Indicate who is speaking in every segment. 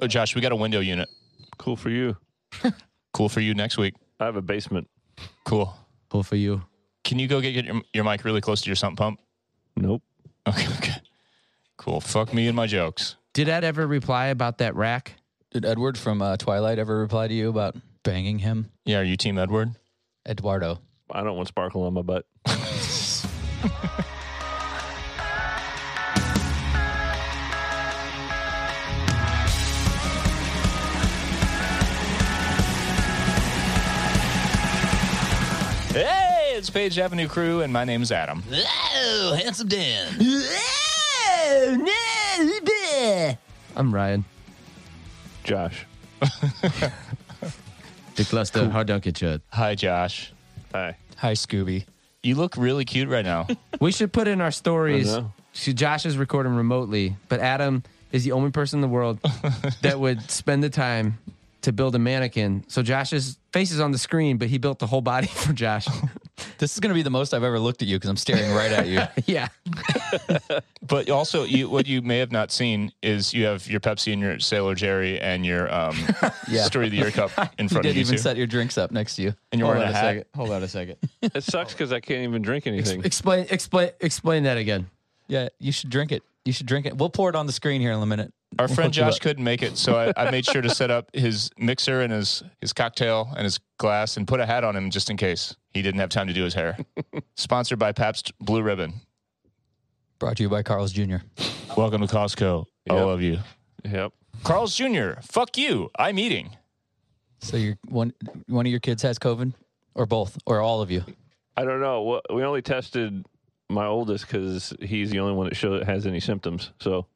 Speaker 1: Oh, Josh, we got a window unit.
Speaker 2: Cool for you.
Speaker 1: Cool for you next week.
Speaker 2: I have a basement.
Speaker 1: Cool.
Speaker 3: Cool for you.
Speaker 1: Can you go get your, your mic really close to your sump pump?
Speaker 2: Nope.
Speaker 1: Okay, okay. Cool. Fuck me and my jokes.
Speaker 3: Did Ed ever reply about that rack?
Speaker 4: Did Edward from uh, Twilight ever reply to you about banging him?
Speaker 1: Yeah, are you Team Edward?
Speaker 4: Eduardo.
Speaker 2: I don't want sparkle on my butt.
Speaker 1: Hey, it's Page Avenue Crew, and my name's Adam.
Speaker 4: Oh, handsome Dan.
Speaker 3: I'm Ryan.
Speaker 2: Josh.
Speaker 3: Dick Luster, hard dunk at you.
Speaker 1: Hi, Josh.
Speaker 2: Hi.
Speaker 4: Hi, Scooby.
Speaker 1: You look really cute right now.
Speaker 3: We should put in our stories.
Speaker 2: I know.
Speaker 3: See, Josh is recording remotely, but Adam is the only person in the world that would spend the time to build a mannequin. So Josh's face is on the screen, but he built the whole body for Josh.
Speaker 4: This is going to be the most I've ever looked at you because I'm staring right at you.
Speaker 3: yeah.
Speaker 1: but also, you, what you may have not seen is you have your Pepsi and your Sailor Jerry and your um,
Speaker 4: Yeah.
Speaker 1: Story of the Year cup in
Speaker 4: You
Speaker 1: front of
Speaker 4: did
Speaker 1: you.
Speaker 4: even
Speaker 1: two.
Speaker 4: set your drinks up next to you.
Speaker 1: And you're
Speaker 3: Hold
Speaker 1: wearing
Speaker 3: on
Speaker 1: a
Speaker 3: a
Speaker 1: hat.
Speaker 3: second. Hold on a second.
Speaker 2: It sucks because I can't even drink anything.
Speaker 3: explain explain explain that again.
Speaker 4: Yeah, you should drink it. You should drink it. We'll pour it on the screen here in a minute.
Speaker 1: Our friend
Speaker 4: Look it
Speaker 1: Josh
Speaker 4: up.
Speaker 1: couldn't make it, so I, I made sure to set up his mixer and his, his cocktail and his glass and put a hat on him just in case he didn't have time to do his hair. Sponsored by Pabst Blue Ribbon.
Speaker 4: Brought to you by Carl's Jr.
Speaker 1: Welcome to Costco. I
Speaker 2: Yep.
Speaker 1: love you.
Speaker 2: Yep.
Speaker 1: Carl's Jr., fuck you. I'm eating.
Speaker 4: So your one one of your kids has COVID, or both, or all of you.
Speaker 2: I don't know. What- We only tested my oldest because he's the only one that show has any symptoms. So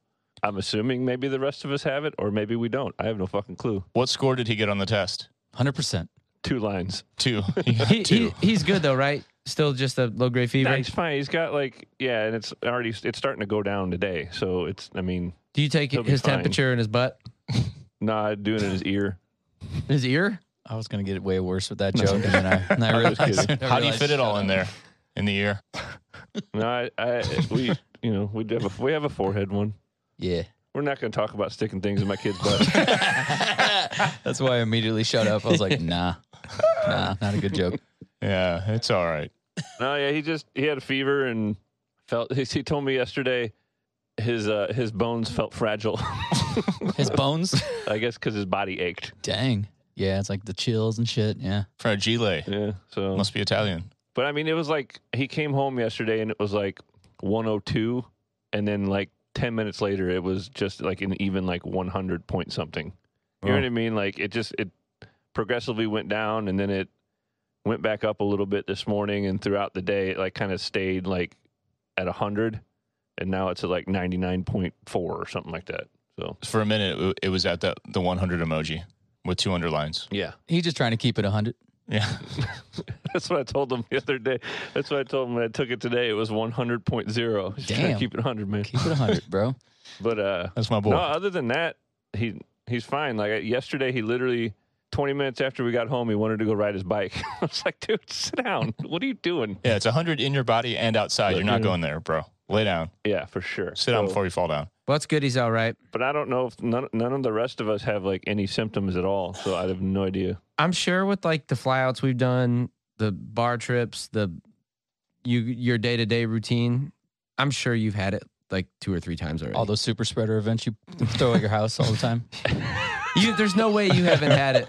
Speaker 2: I'm assuming maybe the rest of us have it, or maybe we don't. I have no fucking clue.
Speaker 1: What score did he get on the test?
Speaker 4: Hundred percent.
Speaker 2: Two lines.
Speaker 1: Two. He got
Speaker 3: He,
Speaker 1: two.
Speaker 3: he he's good though, right? Still just a low grade fever.
Speaker 2: Nah, he's fine. He's got like yeah, and it's already it's starting to go down today. So it's I mean,
Speaker 3: Do you take
Speaker 2: He'll be
Speaker 3: his
Speaker 2: fine.
Speaker 3: temperature in his butt,
Speaker 2: nah, doing it in his ear.
Speaker 3: in his ear?
Speaker 4: I was gonna get it way worse with that joke, and then I, and I realized.
Speaker 2: kidding.
Speaker 4: I
Speaker 1: How do you
Speaker 4: realized-
Speaker 1: fit it all in there? In the ear?
Speaker 2: No, I, I we you know we have a, we have a forehead one.
Speaker 4: Yeah,
Speaker 2: We're not going to talk about sticking things in my kid's butt.
Speaker 4: that's why I immediately shut up. I was like, nah, nah, not a good joke.
Speaker 1: Yeah, it's all right.
Speaker 2: no, yeah, he just he had a fever and felt. He, he told me yesterday his uh, his bones felt fragile.
Speaker 4: His bones.
Speaker 2: I guess because his body ached.
Speaker 4: Dang. Yeah, it's like the chills and shit. Yeah.
Speaker 1: From Gile.
Speaker 2: Yeah. So,
Speaker 1: Must be Italian.
Speaker 2: but I mean, it was like he came home yesterday and it was like 102, and then like 10 minutes later, it was just like an even like 100 point something. You know what I mean? Like it just it progressively went down, and then it went back up a little bit this morning, and throughout the day, it like kind of stayed like at 100, and now it's at like 99.4 or something like that. So
Speaker 1: For a minute, it- it was at the, the 100 emoji with two underlines.
Speaker 2: yeah,
Speaker 4: He's just trying to keep it hundred.
Speaker 1: Yeah.
Speaker 2: That's what I told him the other day. That's what I told him when I took it today. It was 100.0. Just trying
Speaker 4: Damn.
Speaker 2: to keep it 100, man.
Speaker 4: Keep it hundred, bro.
Speaker 2: But uh,
Speaker 1: That's my boy.
Speaker 2: no, other than that, he he's fine. Like I- yesterday, he literally 20 minutes after we got home, he wanted to go ride his bike. I was like, dude, sit down. What are you doing?
Speaker 1: Yeah, it's 100 in your body and outside. You're not
Speaker 2: Yeah.
Speaker 1: going there, bro. Lay down.
Speaker 2: Yeah, for sure.
Speaker 1: Sit down
Speaker 2: So-
Speaker 1: before you fall down.
Speaker 3: Well, that's good. He's all right.
Speaker 2: But I don't know if none, none of the rest of us have like any symptoms at all. So I have no idea.
Speaker 3: I'm sure with like the flyouts we've done, the bar trips, the you your day to day routine, I'm sure you've had it like two or three times already.
Speaker 4: All those super spreader events you throw at your house all the time.
Speaker 3: you, there's no way you haven't had it.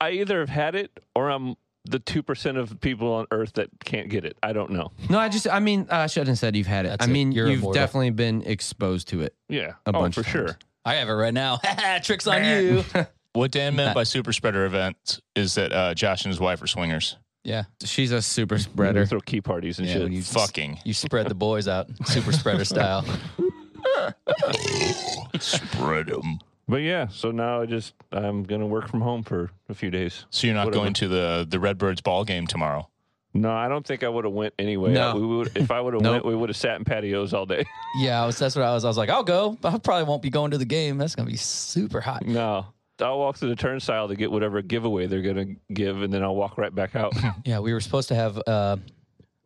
Speaker 2: I either have had it or I'm the 2% of people on earth that can't get it. I don't know.
Speaker 3: No, I just, I mean, I shouldn't have said you've had it.
Speaker 4: That's
Speaker 3: I
Speaker 4: it.
Speaker 3: mean,
Speaker 4: You're
Speaker 3: you've
Speaker 4: immortal.
Speaker 3: definitely been exposed to it.
Speaker 2: Yeah.
Speaker 3: A
Speaker 2: oh,
Speaker 3: bunch
Speaker 2: for
Speaker 3: of
Speaker 2: sure.
Speaker 3: times.
Speaker 4: I have it right now. Tricks on you.
Speaker 1: What Dan meant by super spreader events is that uh, Josh and his wife are swingers.
Speaker 4: Yeah.
Speaker 3: She's a super
Speaker 2: They
Speaker 3: spreader.
Speaker 2: throw key parties and
Speaker 4: Yeah,
Speaker 2: shit.
Speaker 4: when you-
Speaker 1: Fucking.
Speaker 4: You spread the boys out, super spreader style.
Speaker 1: Spread them.
Speaker 2: But yeah, so now I just I'm gonna work from home for a few days.
Speaker 1: So you're not
Speaker 2: Whatever.
Speaker 1: going to the, the Redbirds ball game tomorrow.
Speaker 2: No, I don't think I would have went anyway.
Speaker 3: No.
Speaker 2: I- we would, if I would have
Speaker 3: Nope.
Speaker 2: went, we would have sat in patios all day.
Speaker 4: Yeah, I was, that's what I was. I was like, I'll go. but I probably won't be going to the game. That's gonna be super hot.
Speaker 2: no, I'll walk through the turnstile to get whatever giveaway they're gonna give, and then I'll walk right back out.
Speaker 4: Yeah, we were supposed to have uh,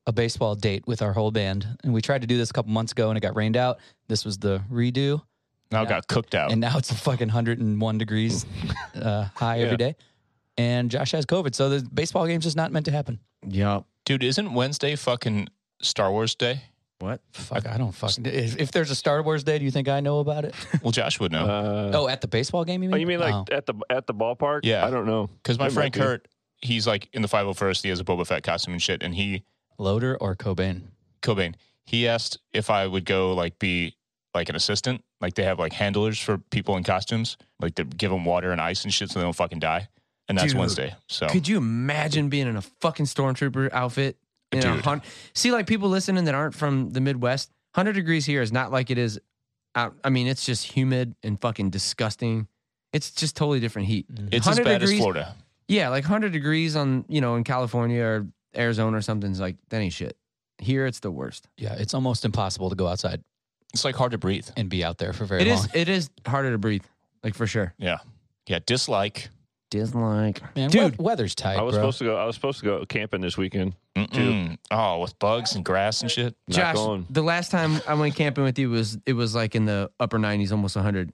Speaker 4: a baseball date with our whole band, and we tried to do this a couple months ago, and it got rained out. This was the redo.
Speaker 1: Now it got cooked out.
Speaker 4: and now it's fucking 101 degrees uh, high
Speaker 2: Yeah.
Speaker 4: every day. And Josh has COVID, so the baseball game's just not meant to happen.
Speaker 3: Yup.
Speaker 1: Dude, isn't Wednesday fucking Star Wars Day?
Speaker 3: What?
Speaker 4: Fuck, I don't fucking. If, if there's a Star Wars day, do you think I know about it?
Speaker 1: Well, Josh would know
Speaker 2: Uh,
Speaker 4: oh, at the baseball game, you mean?
Speaker 2: oh, you mean like
Speaker 4: Oh.
Speaker 2: at the at the ballpark?
Speaker 1: Yeah.
Speaker 2: I don't know.
Speaker 1: because my
Speaker 2: it might
Speaker 1: friend
Speaker 2: be.
Speaker 1: Kurt, he's like in the 501st. He has a Boba Fett costume and shit. And he,
Speaker 4: Loader or Cobain?
Speaker 1: Cobain, he asked if I would go like be like an assistant. Like they have like handlers for people in costumes, like to give them water and ice and shit so they don't fucking die. And that's
Speaker 3: Dude.
Speaker 1: Wednesday. So
Speaker 3: Could you imagine being in a fucking stormtrooper outfit? In a
Speaker 1: Dude.
Speaker 3: hun- See, like people listening that aren't from the Midwest, 100 degrees here is not like it is out. I mean, it's just humid and fucking disgusting. It's just totally different heat.
Speaker 1: it's as
Speaker 3: 100
Speaker 1: bad as
Speaker 3: degrees.
Speaker 1: Florida.
Speaker 3: Yeah, like 100 degrees on, you know, in California or Arizona or something's like, that ain't shit. Here, it's the worst.
Speaker 4: Yeah, it's almost impossible to go outside
Speaker 1: It's like hard to breathe.
Speaker 4: and be out there for very
Speaker 3: It
Speaker 4: long.
Speaker 3: is, it is harder to breathe, like for sure.
Speaker 1: Yeah. Yeah. Dislike.
Speaker 3: Dislike.
Speaker 4: Man,
Speaker 3: Dude.
Speaker 4: we- weather's tight,
Speaker 2: I was
Speaker 4: bro.
Speaker 2: supposed to go. I was supposed to go camping this weekend.
Speaker 1: Mm-mm. Oh, with bugs and grass and shit.
Speaker 2: Not
Speaker 3: Josh,
Speaker 2: going.
Speaker 3: the last time I went camping with you was it was like in the upper 90s, almost 100.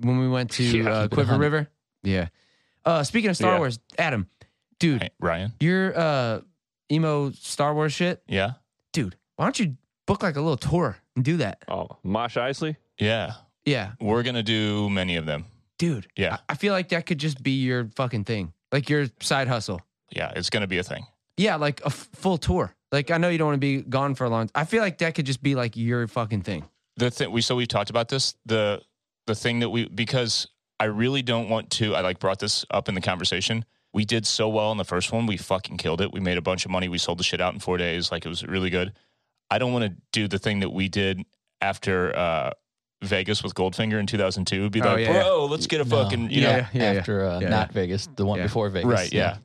Speaker 3: When we went to
Speaker 2: Yeah,
Speaker 3: uh,
Speaker 4: keep it
Speaker 3: Quiver
Speaker 4: 100.
Speaker 3: River. Yeah. Uh, speaking of Star
Speaker 2: Yeah.
Speaker 3: Wars, Adam, dude,
Speaker 1: Hey, Ryan.
Speaker 3: your uh, emo Star Wars shit,
Speaker 1: Yeah.
Speaker 3: dude, why don't you book like a little tour and do that?
Speaker 2: Oh, Mosh Isley.
Speaker 1: Yeah.
Speaker 3: Yeah,
Speaker 1: We're going to do many of them.
Speaker 3: dude,
Speaker 1: Yeah.
Speaker 3: I feel like that could just be your fucking thing, like your side hustle.
Speaker 1: Yeah. It's going to be a thing.
Speaker 3: Yeah, like a f- full tour. Like I know you don't want to be gone for a long. I feel like that could just be like your fucking thing.
Speaker 1: the thing we so we talked about this the the thing that we because I really don't want to I like brought this up in the conversation. We did so well in the first one. We fucking killed it. We made a bunch of money. We sold the shit out in 4 days. Like it was really good. I don't want to do the thing that we did after uh Vegas with Goldfinger in 2002 be
Speaker 3: Oh,
Speaker 1: like,
Speaker 3: yeah, yeah.
Speaker 1: "Bro, let's get a
Speaker 4: No.
Speaker 1: fucking, you
Speaker 3: Yeah,
Speaker 1: know,
Speaker 3: yeah, yeah.
Speaker 4: after uh,
Speaker 3: Yeah.
Speaker 4: not Vegas, the one
Speaker 3: Yeah.
Speaker 4: before Vegas.
Speaker 1: Right. Yeah.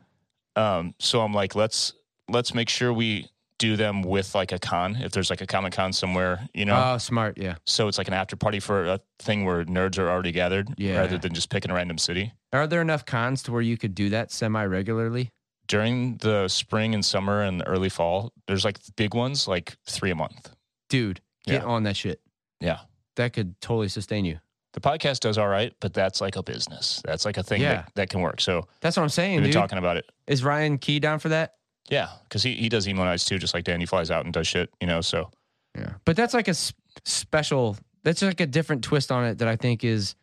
Speaker 1: Um, so I'm like, let's let's make sure we do them with like a con. If there's like a comic con somewhere, you know,
Speaker 3: Oh, smart. Yeah.
Speaker 1: so it's like an after party for a thing where nerds are already gathered,
Speaker 3: Yeah.
Speaker 1: rather than just picking a random city.
Speaker 3: Are there enough cons to where you could do that semi regularly?
Speaker 1: During the spring and summer and the early fall, there's like big ones, like three a month.
Speaker 3: Dude, get
Speaker 1: Yeah.
Speaker 3: on that shit.
Speaker 1: Yeah.
Speaker 3: That could totally sustain you.
Speaker 1: The podcast does all right, but that's like a business. That's like a thing
Speaker 3: Yeah.
Speaker 1: that, that can work. So
Speaker 3: That's what I'm saying,
Speaker 1: we've been
Speaker 3: dude.
Speaker 1: talking about it.
Speaker 3: Is Ryan Key down for that?
Speaker 1: Yeah, because he, he does emo nights too, just like Danny flies out and does shit, you know. So
Speaker 3: Yeah. But that's like a s- special, that's like a different twist on it that I think is,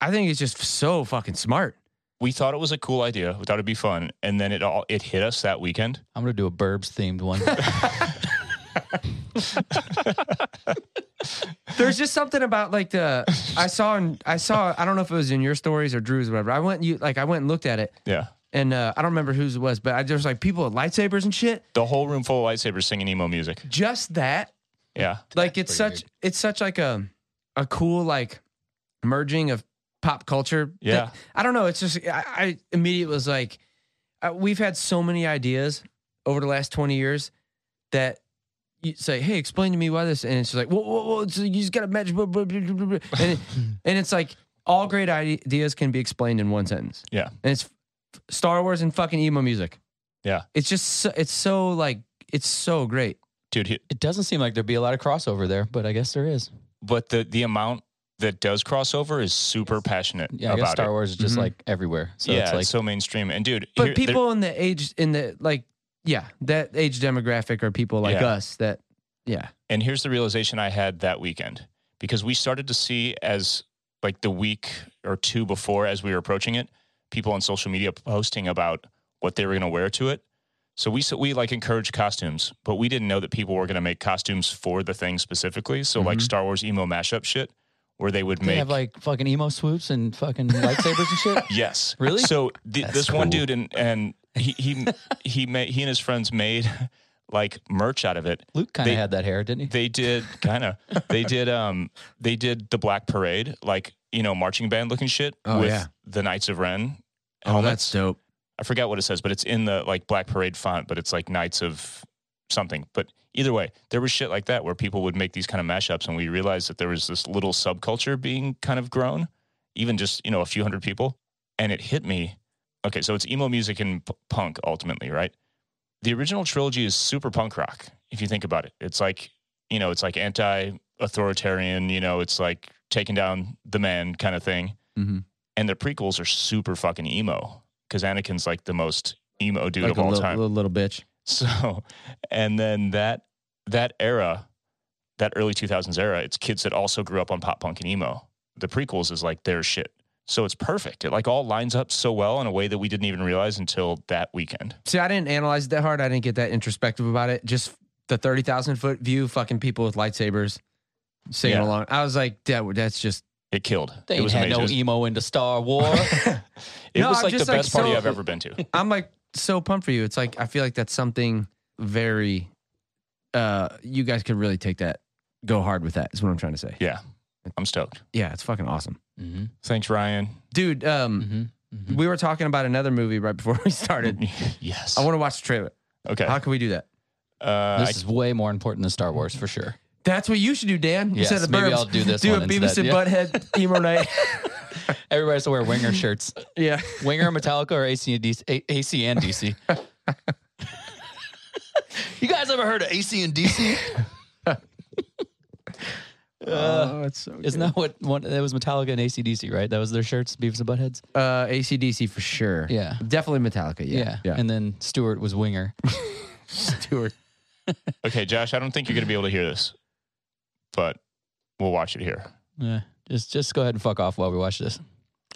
Speaker 3: I think it's just so fucking smart.
Speaker 1: we thought it was a cool idea. We thought it'd be fun, and then it all it hit us that weekend.
Speaker 4: I'm gonna do a Burbs themed one.
Speaker 3: There's just something about like the, I saw, in, I saw, I don't know if it was in your stories or Drew's or whatever. I went, you like, I went and looked at it
Speaker 1: Yeah,
Speaker 3: and uh, I don't remember whose it was, but I, there's like people with lightsabers and shit.
Speaker 1: the whole room full of lightsabers singing emo music.
Speaker 3: Just that
Speaker 1: Yeah,
Speaker 3: like it's
Speaker 4: pretty
Speaker 3: such it's such like a a cool like merging of pop culture that-
Speaker 1: Yeah.
Speaker 3: i don't know it's just i, I immediately was like uh, we've had so many ideas over the last 20 years that you say hey explain to me why this and it's just like whoa whoa whoa so you just gotta match blah, blah, blah, blah, blah, blah. and, it- and it's like all great ide- ideas can be explained in one sentence
Speaker 1: Yeah.
Speaker 3: and it's f- star wars and fucking emo music
Speaker 1: Yeah.
Speaker 3: it's just so, it's so like it's so great
Speaker 1: dude, he,
Speaker 4: it doesn't seem like there'd be a lot of crossover there, but I guess there is.
Speaker 1: but the the amount that does crossover is super passionate
Speaker 4: Yeah, I guess
Speaker 1: about
Speaker 4: Star
Speaker 1: it.
Speaker 4: Wars is just
Speaker 3: Mhm.
Speaker 4: like everywhere. So
Speaker 1: yeah,
Speaker 4: it's like
Speaker 1: so mainstream. And dude,
Speaker 3: but
Speaker 1: here- there-
Speaker 3: people in the age in the like yeah that age demographic are people like
Speaker 1: Yeah.
Speaker 3: us that yeah
Speaker 1: and here's the realization I had that weekend because we started to see as like the week or two before as we were approaching it, people on social media posting about what they were going to wear to it. So we so we like encourage costumes, but we didn't know that people were going to make costumes for the thing specifically. So like
Speaker 3: Mhm.
Speaker 1: Star Wars emo mashup shit where they would
Speaker 4: Mm-hmm. they
Speaker 1: make
Speaker 4: have like fucking emo swoops and fucking lightsabers and shit.
Speaker 1: Yes.
Speaker 4: Really?
Speaker 1: So th-
Speaker 4: That's
Speaker 1: this one
Speaker 4: cool.
Speaker 1: dude and and he he he made he and his friends made like merch out of it.
Speaker 4: Luke kind
Speaker 1: They-
Speaker 4: of had that hair, didn't he?
Speaker 1: They did kind of they did um they did the Black Parade like you know marching band looking shit
Speaker 3: Oh,
Speaker 1: with
Speaker 3: yeah. Oh,
Speaker 1: the Knights of Ren. helmets.
Speaker 3: dope
Speaker 1: I forgot what it says, but it's in the like Black Parade font, but it's like Knights of something. But either way, there was shit like that where people would make these kind of mashups, and we realized that there was this little subculture being kind of grown, even just you know a few hundred people. And it hit me. Okay, so it's emo music and p- punk ultimately, right? The original trilogy is super punk rock. If you think about it, it's like you know, it's like anti-authoritarian. You know, it's like taking down the man kind of thing.
Speaker 3: Mm-hmm.
Speaker 4: hmm
Speaker 1: And the prequels are super fucking emo because Anakin's like the most emo dude
Speaker 3: like
Speaker 1: of
Speaker 3: a
Speaker 1: all
Speaker 3: little,
Speaker 1: time.
Speaker 3: little, little bitch.
Speaker 1: So, and then that that era, that early 2000s era, it's kids that also grew up on pop punk and emo. The prequels is like their shit. So it's perfect. It like all lines up so well in a way that we didn't even realize until that weekend.
Speaker 3: See, I didn't analyze it that hard. I didn't get that introspective about it. Just the thirty thousand foot view, fucking people with lightsabers singing
Speaker 1: Yeah.
Speaker 3: along. I was like, that, that's just.
Speaker 1: It killed.
Speaker 4: They
Speaker 1: it
Speaker 4: ain't
Speaker 1: was
Speaker 4: had
Speaker 1: amazing.
Speaker 4: no emo into Star Wars.
Speaker 1: it
Speaker 3: No,
Speaker 1: was
Speaker 3: I'm
Speaker 1: like the
Speaker 3: just,
Speaker 1: best
Speaker 3: like,
Speaker 1: party
Speaker 3: so-
Speaker 1: I've ever been to.
Speaker 3: I'm like so pumped for you. It's like I feel like that's something very. Uh, you guys could really take that, go hard with that. Is what I'm trying to say.
Speaker 1: Yeah. I'm stoked.
Speaker 3: Yeah, it's fucking awesome,
Speaker 4: hmm
Speaker 1: Thanks, Ryan.
Speaker 3: dude. Um,
Speaker 4: hmm
Speaker 1: Mm-hmm.
Speaker 3: we were talking about another movie right before we started.
Speaker 1: yes.
Speaker 3: I want to watch the trailer.
Speaker 1: okay.
Speaker 3: How can we do that?
Speaker 1: Uh,
Speaker 4: This
Speaker 1: I-
Speaker 4: is way more important than Star Wars for sure.
Speaker 3: That's what you should do, Dan.
Speaker 4: Yes,
Speaker 3: Instead of
Speaker 4: maybe
Speaker 3: Burbs,
Speaker 4: I'll do this
Speaker 3: Do
Speaker 4: one
Speaker 3: a Beavis
Speaker 4: instead,
Speaker 3: and Butthead emo night.
Speaker 4: Everybody has to wear winger shirts.
Speaker 3: yeah.
Speaker 4: Winger, Metallica, or AC and DC? A- AC and DC. you guys ever heard of AC and DC?
Speaker 1: Uh,
Speaker 4: Uh,
Speaker 3: oh, it's so
Speaker 4: Isn't that what one? That was Metallica and ACDC, right? That was their shirts, Beavis and Buttheads.
Speaker 3: uh, ACDC for sure.
Speaker 4: Yeah.
Speaker 3: Definitely Metallica. Yeah.
Speaker 4: Yeah. And then Stewart was winger.
Speaker 3: Stewart.
Speaker 1: okay, Josh, I don't think you're going to be able to hear this, but we'll watch it here.
Speaker 4: Yeah. Just just go ahead and fuck off while we watch this.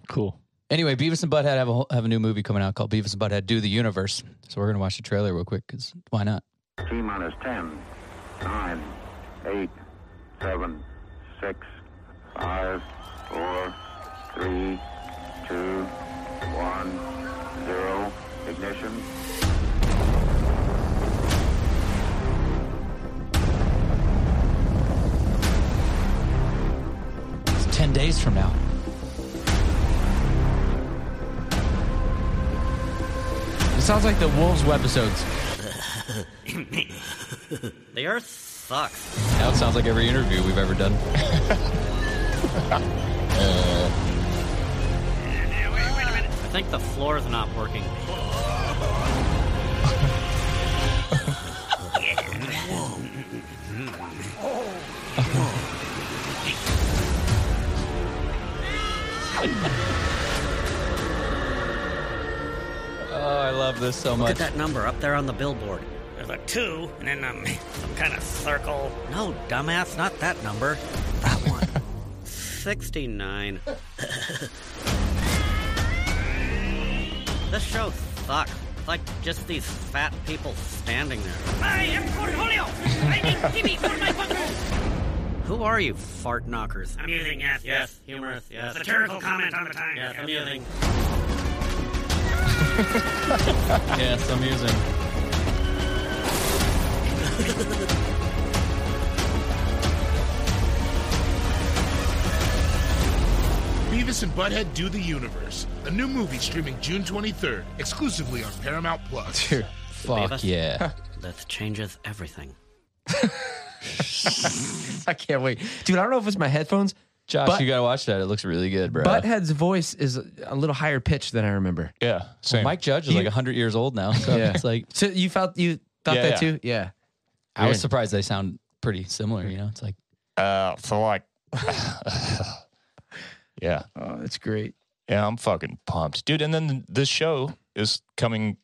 Speaker 2: Cool.
Speaker 4: Anyway, Beavis and Butthead have a whole- have a new movie coming out called Beavis and Butthead Do the Universe. So we're gonna watch the trailer real quick because why not?
Speaker 5: T minus 10, 9, 8, 7, 6, 5, 4, 3, 2, 1, 0. Ignition.
Speaker 4: It's ten days from now.
Speaker 3: It sounds like the Wolves webisodes.
Speaker 6: The Earth sucks.
Speaker 4: Now it sounds like every interview we've ever done.
Speaker 6: I think the floor's not working.
Speaker 4: Oh, I love this so
Speaker 6: Look
Speaker 4: much.
Speaker 6: at that number up there on the billboard.
Speaker 7: There's a two, and then um, some kind of circle.
Speaker 6: No, dumbass, not that number. That one. 69. this show sucks. It's Like just these fat people standing there.
Speaker 7: I am Cornholio. I need Timmy for my buckle.
Speaker 6: Who are you, fart knockers?
Speaker 7: Amusing, yes, yes.
Speaker 6: humorous, yes.
Speaker 7: Satirical comment on the time.
Speaker 6: Yes, amusing.
Speaker 4: yes, I'm using.
Speaker 8: Beavis and Butthead Do the Universe, a new movie streaming June 23rd, exclusively on Paramount Plus.
Speaker 4: Fuck
Speaker 6: us.
Speaker 4: yeah.
Speaker 6: This changes everything.
Speaker 3: I can't wait. Dude, I don't know if it's my headphones.
Speaker 4: Josh,
Speaker 3: But-
Speaker 4: you gotta watch that. It looks really good, bro.
Speaker 3: Butthead's voice is a little higher pitched than I remember.
Speaker 1: Yeah. Same.
Speaker 4: Mike Judge is like
Speaker 3: You-
Speaker 4: like hundred years old now. So
Speaker 3: Yeah.
Speaker 4: it's like
Speaker 3: So you felt you thought
Speaker 1: Yeah,
Speaker 3: that
Speaker 1: yeah.
Speaker 3: too? Yeah.
Speaker 4: I was surprised they sound pretty similar, you know? It's like
Speaker 1: Uh, so like, yeah,
Speaker 3: Oh, that's great.
Speaker 1: yeah, I'm fucking pumped, dude. And then this show is coming,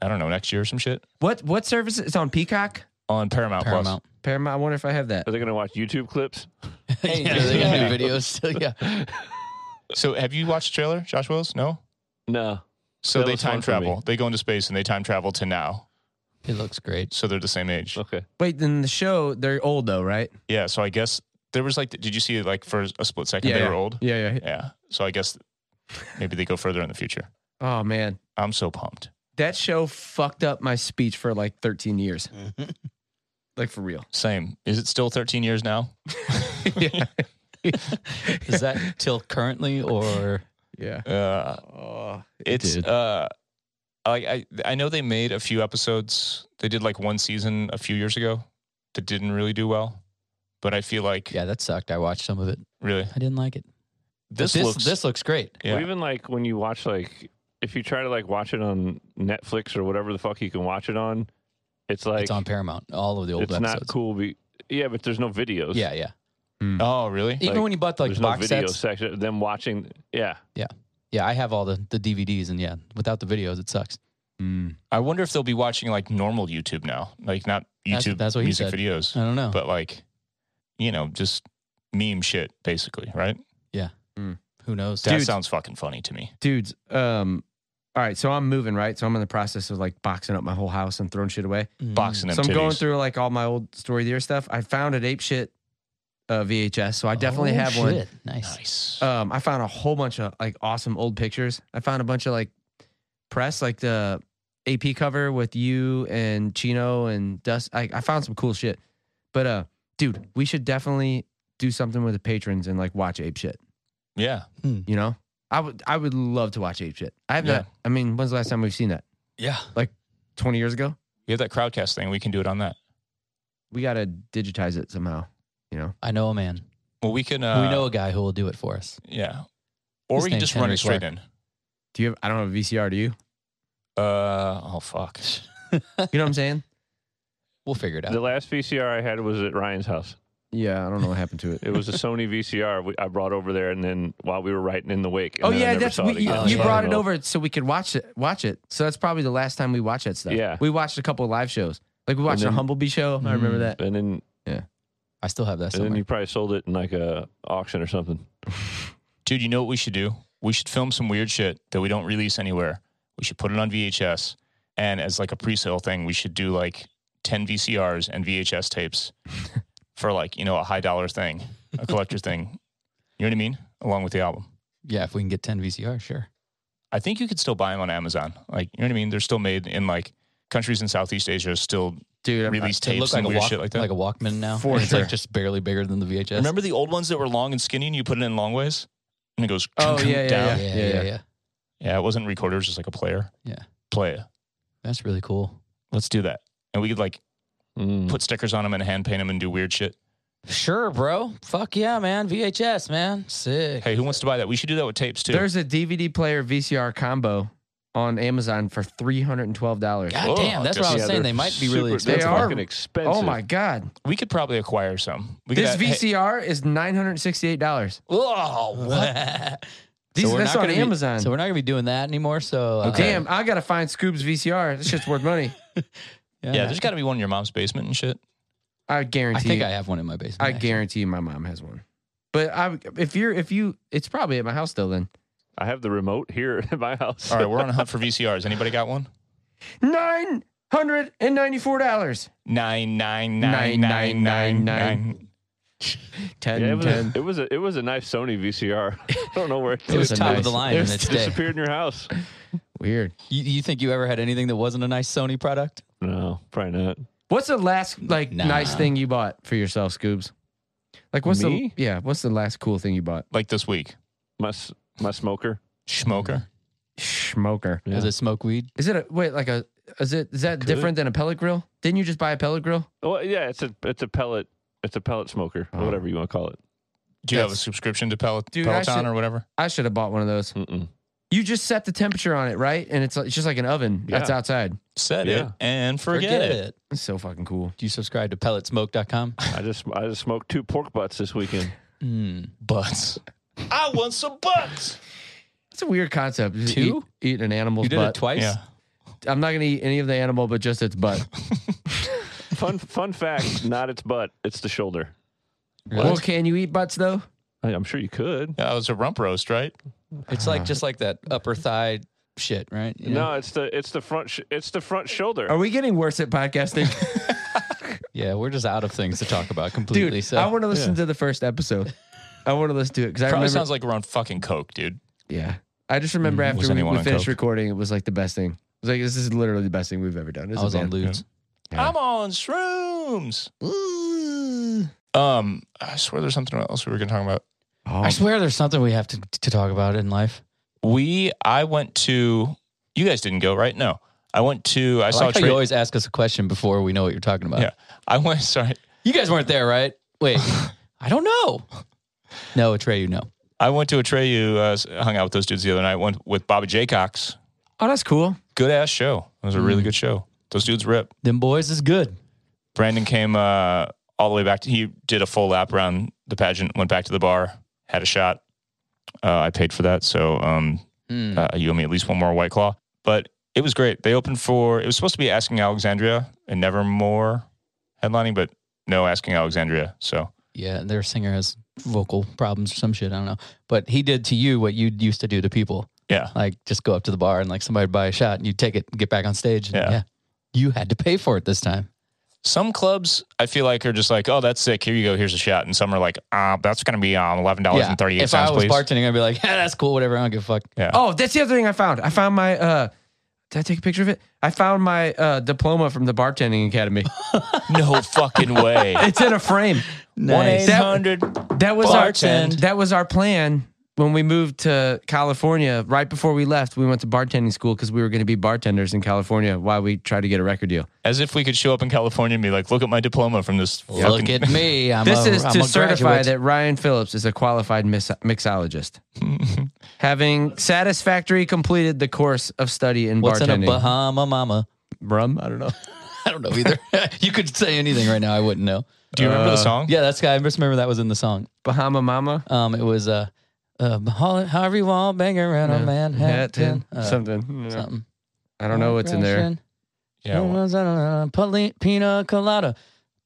Speaker 1: I don't know, next year or some shit
Speaker 3: What what service? It's on Peacock?
Speaker 1: on Paramount,
Speaker 4: Paramount.
Speaker 3: Paramount. I wonder if I have that.
Speaker 2: Are they going to watch YouTube clips?
Speaker 4: yeah, they got new videos still, yeah.
Speaker 1: Plus. So have you watched the trailer, Josh Wills? No.
Speaker 2: No.
Speaker 1: So
Speaker 2: That
Speaker 1: they
Speaker 2: was fun
Speaker 1: time
Speaker 2: for me.
Speaker 1: travel. They go into space and they time travel to now.
Speaker 4: It looks great.
Speaker 1: So they're the same age.
Speaker 2: Okay.
Speaker 3: Wait, then the show, they're old though, right?
Speaker 1: Yeah. So I guess there was like, did you see like for a split second they
Speaker 3: yeah.
Speaker 1: were old?
Speaker 3: Yeah, yeah.
Speaker 1: Yeah. So I guess maybe they go further in the future.
Speaker 3: Oh man.
Speaker 1: I'm so pumped.
Speaker 3: That show fucked up my speech for like 13 years.
Speaker 1: Mm-hmm.
Speaker 3: like for real.
Speaker 1: Same. Is it still 13 years now?
Speaker 3: yeah.
Speaker 4: Is that till currently or
Speaker 3: Yeah.
Speaker 1: Uh,
Speaker 3: Oh,
Speaker 1: It's
Speaker 4: did.
Speaker 1: uh, I I I know they made a few episodes. They did like one season a few years ago that didn't really do well, but I feel like
Speaker 4: Yeah, that sucked. I watched some of it.
Speaker 1: really
Speaker 4: I didn't like it. But
Speaker 1: this,
Speaker 4: this
Speaker 1: looks
Speaker 4: this looks great.
Speaker 1: yeah.
Speaker 2: Well, even like when you watch like if you try to like watch it on Netflix or whatever the fuck you can watch it on, it's like
Speaker 4: it's on Paramount. All of the old
Speaker 2: it's
Speaker 4: episodes.
Speaker 2: not cool. Be- yeah, but there's no videos.
Speaker 4: Yeah, yeah.
Speaker 1: Oh, really?
Speaker 4: Even
Speaker 2: Like,
Speaker 4: when you bought like
Speaker 2: There's no
Speaker 4: box
Speaker 2: video
Speaker 4: sets.
Speaker 2: section. Them watching. Yeah.
Speaker 4: Yeah, I have all the, the DVDs, and yeah, without the videos, it sucks. Mm.
Speaker 1: I wonder if they'll be watching like normal YouTube now, like not
Speaker 4: That's-
Speaker 1: YouTube
Speaker 4: that's what he
Speaker 1: music
Speaker 4: said. Oh.
Speaker 1: videos,
Speaker 4: I don't know.
Speaker 1: but like, you know, just meme shit, basically, right?
Speaker 4: Who knows?
Speaker 1: That
Speaker 3: Dude.
Speaker 1: sounds fucking funny to me.
Speaker 3: dudes. Um, all right, so I'm moving, right? So I'm in the process of like boxing up my whole house and throwing shit away.
Speaker 4: Mm.
Speaker 1: Boxing them
Speaker 3: so I'm
Speaker 1: titties.
Speaker 3: going through like all my old story of the year stuff. I found an ape shit uh, VHS, so I definitely
Speaker 4: Oh,
Speaker 3: have one.
Speaker 4: shit. Nice.
Speaker 1: Nice.
Speaker 3: Um, I found a whole bunch of like awesome old pictures. I found a bunch of like press, like the AP cover with you and Chino and Dust. I, I found some cool shit. But uh, dude, we should definitely do something with the patrons and like watch ape shit.
Speaker 1: yeah.
Speaker 3: You know, I would I would love to watch ape shit. I have
Speaker 1: Yeah.
Speaker 3: not. I mean, when's the last time we've seen that?
Speaker 4: Yeah.
Speaker 3: Twenty years ago.
Speaker 1: We have that crowdcast thing. We can do it on that.
Speaker 3: We gotta digitize it somehow. You know,
Speaker 4: I know a man.
Speaker 1: Well, we can. Uh,
Speaker 4: we know a guy who will do it for us.
Speaker 1: Yeah. Or
Speaker 4: His
Speaker 1: we can
Speaker 4: name's
Speaker 1: just run
Speaker 4: Henry
Speaker 1: it straight
Speaker 4: Clark.
Speaker 3: do you? Have, I don't have a VCR. Do you?
Speaker 1: in. Uh, oh, fuck.
Speaker 3: You know what I'm saying?
Speaker 4: We'll figure it out.
Speaker 2: The last VCR I had was at Ryan's house.
Speaker 3: yeah, I don't know what happened to it.
Speaker 2: It was a Sony VCR we, I brought over there, and then while we were writing in the wake. and
Speaker 3: Oh
Speaker 2: then I
Speaker 3: yeah,
Speaker 2: never
Speaker 3: that's
Speaker 2: saw
Speaker 3: we, you,
Speaker 2: again.
Speaker 3: you
Speaker 2: So I
Speaker 3: brought
Speaker 2: don't
Speaker 3: it
Speaker 2: know.
Speaker 3: over so we could watch it. Watch it. So that's probably the last time we watched that stuff.
Speaker 2: Yeah.
Speaker 3: we watched a couple of live shows. Like we watched
Speaker 2: then-
Speaker 3: a Humblebee show. I remember
Speaker 4: Mm.
Speaker 3: that.
Speaker 2: And then,
Speaker 4: I still have
Speaker 2: and
Speaker 4: that
Speaker 2: then
Speaker 4: somewhere.
Speaker 2: you probably sold it in like a auction or something.
Speaker 1: Dude, you know what we should do? We should film some weird shit that we don't release anywhere. We should put it on VHS. And as like a pre sale thing, we should do like 10 VCRs and VHS tapes for like, you know, a high dollar thing, a collector thing. You know what I mean? Along with the album.
Speaker 4: yeah, if we can get 10 VCR, sure.
Speaker 1: I think you could still buy them on Amazon. Like, you know what I mean? They're still made in like countries in Southeast Asia, still
Speaker 3: Dude, I'm-
Speaker 1: release
Speaker 4: They
Speaker 1: tapes and
Speaker 4: a
Speaker 1: weird
Speaker 4: walk-
Speaker 1: shit like that.
Speaker 4: a Walkman now.
Speaker 3: For
Speaker 4: And It's
Speaker 3: sure.
Speaker 4: like just barely bigger than the VHS.
Speaker 1: Remember the old ones that were long and skinny and you put it in long ways? And it goes
Speaker 3: Oh, yeah, yeah,
Speaker 1: down.
Speaker 4: Yeah, yeah,
Speaker 3: Yeah,
Speaker 4: yeah.
Speaker 3: yeah.
Speaker 1: Yeah, it wasn't a recorder, it was just like a player.
Speaker 4: Yeah.
Speaker 1: Play it.
Speaker 4: That's really cool.
Speaker 1: Let's do that. And we could like
Speaker 3: Hmm.
Speaker 2: Mm.
Speaker 1: put stickers on them and hand paint them and do weird shit.
Speaker 4: Sure, bro. Fuck yeah, man. VHS, man. Sick.
Speaker 1: Hey, who wants to buy that? We should do that with tapes too.
Speaker 3: there's a DVD player VCR combo on Amazon for three hundred and twelve dollars.
Speaker 4: God
Speaker 1: Whoa,
Speaker 4: damn, that's what I
Speaker 1: just-
Speaker 4: was
Speaker 2: Yeah,
Speaker 4: saying. They
Speaker 2: they're
Speaker 4: might be really
Speaker 2: super-
Speaker 4: expensive.
Speaker 3: They are.
Speaker 2: fucking expensive.
Speaker 3: Oh my god,
Speaker 1: we could probably acquire some. We
Speaker 3: this
Speaker 1: could, hey,
Speaker 3: VCR is nine hundred sixty-eight dollars.
Speaker 4: Oh, what?
Speaker 3: These
Speaker 4: we're
Speaker 3: that's
Speaker 4: not
Speaker 3: on
Speaker 4: gonna be-
Speaker 3: Amazon.
Speaker 4: so we're not going to be doing that anymore. So, uh,
Speaker 3: Damn, I gotta find Scoob's VCR. This shit's worth money.
Speaker 1: yeah, there's got to be one in your mom's basement and shit.
Speaker 3: I
Speaker 4: I
Speaker 3: guarantee.
Speaker 4: think I have one in my basement.
Speaker 3: I
Speaker 4: actually.
Speaker 3: guarantee my mom has one. But I, if you're, if you, it's probably at my house still. Then
Speaker 2: I have the remote here at my house.
Speaker 1: All right, we're on a hunt for VCRs. Anybody got one?
Speaker 3: nine hundred and ninety-four dollars.
Speaker 1: Nine nine nine nine
Speaker 3: Nine,
Speaker 1: nine
Speaker 3: nine,
Speaker 1: nine.
Speaker 3: Ten,
Speaker 2: Yeah, it was, a,
Speaker 3: ten.
Speaker 2: it was a it was a nice Sony VCR. I don't know where it,
Speaker 4: It was
Speaker 3: It was
Speaker 4: top
Speaker 3: nice.
Speaker 4: of the line
Speaker 3: It
Speaker 4: in
Speaker 3: was
Speaker 4: its day.
Speaker 2: disappeared in your house.
Speaker 3: Weird.
Speaker 4: You, you think you ever had anything that wasn't a nice Sony product?
Speaker 2: No, probably not.
Speaker 3: What's the last like
Speaker 4: Nah.
Speaker 3: nice thing you bought for yourself, Scoobs? Like what's
Speaker 2: Me?
Speaker 3: the yeah? What's the last cool thing you bought?
Speaker 1: Like this week,
Speaker 2: My s- my smoker.
Speaker 1: Schmoker.
Speaker 3: Smoker.
Speaker 2: Yeah.
Speaker 4: Does it smoke weed?
Speaker 3: Is it a wait like a? Is it is that
Speaker 2: Could.
Speaker 3: different than a pellet grill? Didn't you just buy a pellet grill?
Speaker 2: Well, yeah, it's a it's a pellet it's a pellet smoker, or
Speaker 3: Oh.
Speaker 2: whatever you want to call it.
Speaker 1: Do you have a
Speaker 3: That's-
Speaker 1: subscription to Pel-
Speaker 3: Dude, I
Speaker 1: Peloton
Speaker 3: should-
Speaker 1: or whatever?
Speaker 3: I should have bought one of those.
Speaker 2: Mm-mm.
Speaker 3: You just set the temperature on it, right? And it's like, it's just like an oven that's
Speaker 2: Yeah.
Speaker 3: outside.
Speaker 1: Set it
Speaker 2: Yeah.
Speaker 1: and forget, it.
Speaker 3: It's so fucking cool.
Speaker 4: Do you subscribe to pelletsmoke.com?
Speaker 2: I just I just smoked two pork butts this weekend.
Speaker 4: Mm.
Speaker 1: Butts. I want some butts.
Speaker 3: It's a weird concept. Just
Speaker 4: Two?
Speaker 3: eat, eat an animal's
Speaker 4: You did
Speaker 3: butt.
Speaker 4: it twice?
Speaker 1: Yeah.
Speaker 3: I'm not gonna eat any of the animal, but just its butt.
Speaker 2: Fun fun fact, not its butt, it's the shoulder.
Speaker 4: Really?
Speaker 3: well, can you eat butts though?
Speaker 2: I, I'm sure you could.
Speaker 1: That was a rump roast, right?
Speaker 4: It's like just like that upper thigh shit, right? You know?
Speaker 2: No, it's the it's the front sh- it's the front shoulder.
Speaker 3: Are we getting worse at podcasting?
Speaker 4: Yeah, we're just out of things to talk about completely.
Speaker 3: Dude,
Speaker 4: so
Speaker 3: I want to listen to the first episode. I want to listen to it because I
Speaker 1: Probably
Speaker 3: remember.
Speaker 1: sounds like we're on fucking coke, dude.
Speaker 3: yeah, I just remember
Speaker 1: Mm, was
Speaker 3: after we,
Speaker 1: anyone
Speaker 3: we
Speaker 1: on
Speaker 3: finished
Speaker 1: coke?
Speaker 3: recording, it was like the best thing. It was like this is literally the best thing we've ever done. This
Speaker 4: I was
Speaker 3: is
Speaker 4: on
Speaker 3: bad.
Speaker 4: lewds.
Speaker 1: I'm on shrooms. Um, I swear there's something else we were gonna talk about.
Speaker 3: Oh.
Speaker 4: I swear there's something we have to, to talk about in life.
Speaker 1: We, I went to. You guys didn't go, right? No, I went to. I,
Speaker 4: Oh, I,
Speaker 1: saw.
Speaker 4: like
Speaker 1: a
Speaker 4: how
Speaker 1: trade-
Speaker 4: you always ask us a question before we know what you're talking about.
Speaker 1: yeah, I went. Sorry,
Speaker 4: You guys weren't there, right? Wait, I don't know. No, Trey, you know.
Speaker 1: I went to Atreyu. Uh, s- hung out with those dudes the other night. Went with Bobby Jaycox.
Speaker 3: Oh, that's cool.
Speaker 1: Good ass
Speaker 4: Mm.
Speaker 1: show. It was a really good show. Those dudes rip.
Speaker 4: Them boys is good.
Speaker 1: Brandon came uh, all the way back. To, he did a full lap around the pageant, went back to the bar, had a shot. Uh, I paid for that, so um,
Speaker 4: Hmm.
Speaker 1: uh, you owe me at least one more White Claw. But it was great. They opened for it was supposed to be Asking Alexandria and Nevermore headlining, but no Asking Alexandria. So
Speaker 4: Yeah, their singer has vocal problems or some shit. I don't know. But he did to you what you used to do to people.
Speaker 1: yeah,
Speaker 4: Like just go up to the bar and like somebody would buy a shot and you take it and get back on stage. And,
Speaker 1: Yeah.
Speaker 4: yeah. You had to pay for it this time.
Speaker 1: some clubs I feel like are just like, oh, that's sick. Here you go. Here's a shot. And some are like, ah, that's gonna be um eleven dollars
Speaker 4: yeah.
Speaker 1: and thirty eight
Speaker 4: if I
Speaker 1: cents,
Speaker 4: was
Speaker 1: please.
Speaker 4: bartending, I'd be like, yeah, that's cool, whatever. I don't give a fuck.
Speaker 1: yeah.
Speaker 3: Oh, that's the other thing I found. I found my uh did I take a picture of it? I found my uh diploma from the bartending academy.
Speaker 1: no fucking way.
Speaker 3: It's in a frame.
Speaker 1: One eight
Speaker 3: That,
Speaker 1: hundred.
Speaker 3: that was our
Speaker 1: Bartend.
Speaker 3: that was our plan when we moved to California. Right before we left, we went to bartending school because we were going to be bartenders in California while we tried to get a record deal.
Speaker 1: As if we could show up in California and be like, look at my diploma from this.
Speaker 4: Look at me. I'm
Speaker 3: this
Speaker 4: a-
Speaker 3: is
Speaker 4: I'm
Speaker 3: to
Speaker 4: a
Speaker 3: certify
Speaker 4: graduate.
Speaker 3: that Ryan Phillips is a qualified mis- mixologist, having satisfactory completed the course of study in
Speaker 4: What's in
Speaker 3: bartending.
Speaker 4: a Bahama Mama?
Speaker 3: Rum? I don't know.
Speaker 4: I don't know either. you could say anything right now. I wouldn't know.
Speaker 1: Do you remember the song?
Speaker 4: Uh, Yeah, that's guy. I just remember that was in the song.
Speaker 3: Bahama Mama.
Speaker 4: Um, it was uh, uh ho- however you want, bang around on Manhattan,
Speaker 3: Yeah,
Speaker 4: uh,
Speaker 3: something. Yeah.
Speaker 4: something.
Speaker 3: I don't know what's in there.
Speaker 1: Yeah, well,
Speaker 4: Poli- Pina colada,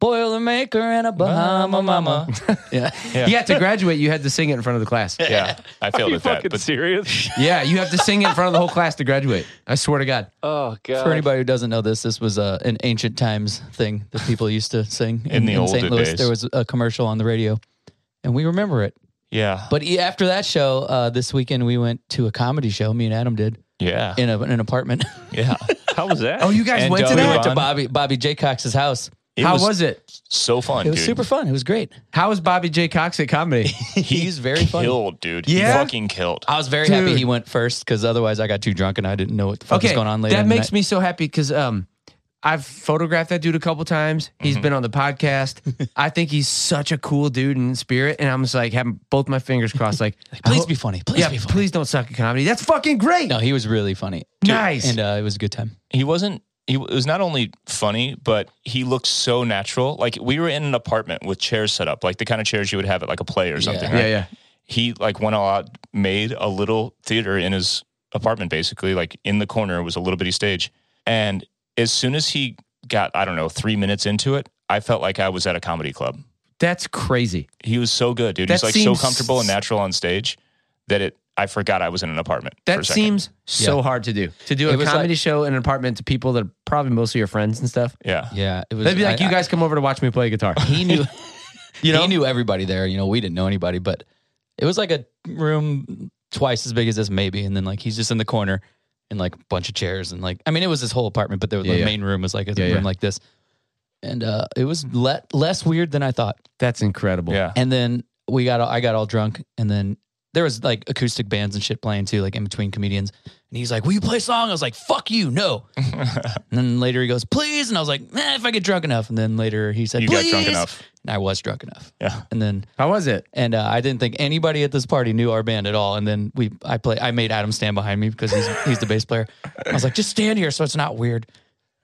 Speaker 4: Boilermaker, and a Bahama Mama. yeah,
Speaker 1: Yeah.
Speaker 3: Yeah, to graduate, you had to sing it in front of the class.
Speaker 1: yeah. I
Speaker 2: Are
Speaker 1: failed
Speaker 2: you
Speaker 1: at that.
Speaker 2: fucking
Speaker 1: But
Speaker 2: serious?
Speaker 3: Yeah, you have to sing it in front of the whole class to graduate. I swear to God.
Speaker 2: Oh god.
Speaker 4: for
Speaker 3: Uh,
Speaker 4: anybody who doesn't know this, this was uh, an ancient times thing that people used to sing in,
Speaker 1: the
Speaker 4: in St.
Speaker 1: olden
Speaker 4: Louis.
Speaker 1: days.
Speaker 4: There was a commercial on the radio, and we remember it.
Speaker 1: yeah,
Speaker 4: But e- after that show, uh, this weekend we went to a comedy show. Me and Adam did
Speaker 1: yeah,
Speaker 4: in, a, in an apartment.
Speaker 1: yeah.
Speaker 2: How was that?
Speaker 3: Oh, you guys
Speaker 1: And
Speaker 3: went to
Speaker 1: Dolly
Speaker 4: we
Speaker 1: Yeah.
Speaker 4: went
Speaker 3: that?
Speaker 4: to Bobby Bobby J Cox's house.
Speaker 3: How was, it?
Speaker 1: so fun?
Speaker 4: It was
Speaker 1: dude.
Speaker 4: super fun. It was great.
Speaker 3: How was Bobby J. Cox at comedy?
Speaker 4: He's very funny.
Speaker 1: killed, dude.
Speaker 3: Yeah?
Speaker 1: he fucking killed.
Speaker 4: I was very happy
Speaker 3: Dude.
Speaker 4: he went first because otherwise I got too drunk and I didn't know what the fuck
Speaker 3: okay,
Speaker 4: was going on later.
Speaker 3: that makes me so happy because um, I've photographed that dude a couple times. He's
Speaker 4: Mm-hmm.
Speaker 3: been on the podcast. I think he's such a cool dude in spirit, and I'm just like having both my fingers crossed. Like, I
Speaker 4: Please
Speaker 3: hope-
Speaker 4: be funny. Please
Speaker 3: yeah,
Speaker 4: be funny.
Speaker 3: please don't suck at comedy. That's fucking great.
Speaker 4: No, he was really funny.
Speaker 3: nice.
Speaker 4: And uh, it was a good time.
Speaker 1: He wasn't. He w- it was not only funny, but he looked so natural. Like we were in an apartment with chairs set up, like the kind of chairs you would have at like a play or something.
Speaker 4: Yeah.
Speaker 1: right?
Speaker 3: yeah, yeah.
Speaker 1: He like went all out, made a little theater in his apartment, basically. Like in the corner was a little bitty stage, and as soon as he got, I don't know, three minutes into it, I felt like I was at a comedy club.
Speaker 3: That's crazy.
Speaker 1: He was so good, dude.
Speaker 3: That
Speaker 1: He's like
Speaker 3: seems-
Speaker 1: so comfortable and natural on stage that it. I forgot I was in an apartment. for a
Speaker 3: That
Speaker 1: second.
Speaker 3: seems so hard to do. To do
Speaker 4: It
Speaker 3: a
Speaker 4: was
Speaker 3: comedy
Speaker 4: like-
Speaker 3: show in an apartment to people that are probably mostly your friends and stuff.
Speaker 1: Yeah.
Speaker 4: Yeah, it was.
Speaker 3: They'd be like,
Speaker 4: I-
Speaker 3: "You guys come over to watch me play guitar."
Speaker 4: I- he knew.
Speaker 3: You know,
Speaker 4: he knew everybody there. You know, we didn't know anybody, but it was like a room twice as big as this, maybe. And then like he's just in the corner and like a bunch of chairs and like I mean, it was his whole apartment, but the, the
Speaker 3: Yeah, yeah.
Speaker 4: main room was like a
Speaker 3: Yeah,
Speaker 4: room
Speaker 3: yeah.
Speaker 4: like this. And uh, it was le- less weird than I thought.
Speaker 3: that's incredible.
Speaker 1: Yeah.
Speaker 4: And then we got all, I got all drunk and then there was like acoustic bands and shit playing too, like in between comedians. And he's like, Will you play a song? I was like, Fuck you, no. and then later he goes, Please. And I was like, Man, if I get drunk enough. And then later he said,
Speaker 1: You got
Speaker 4: Please.
Speaker 1: drunk enough.
Speaker 4: And I was drunk enough.
Speaker 1: Yeah.
Speaker 4: And then
Speaker 3: How was it?
Speaker 4: and uh, I didn't think anybody at this party knew our band at all. And then we, I play, I made Adam stand behind me because he's he's the bass player. I was like, just stand here so it's not weird.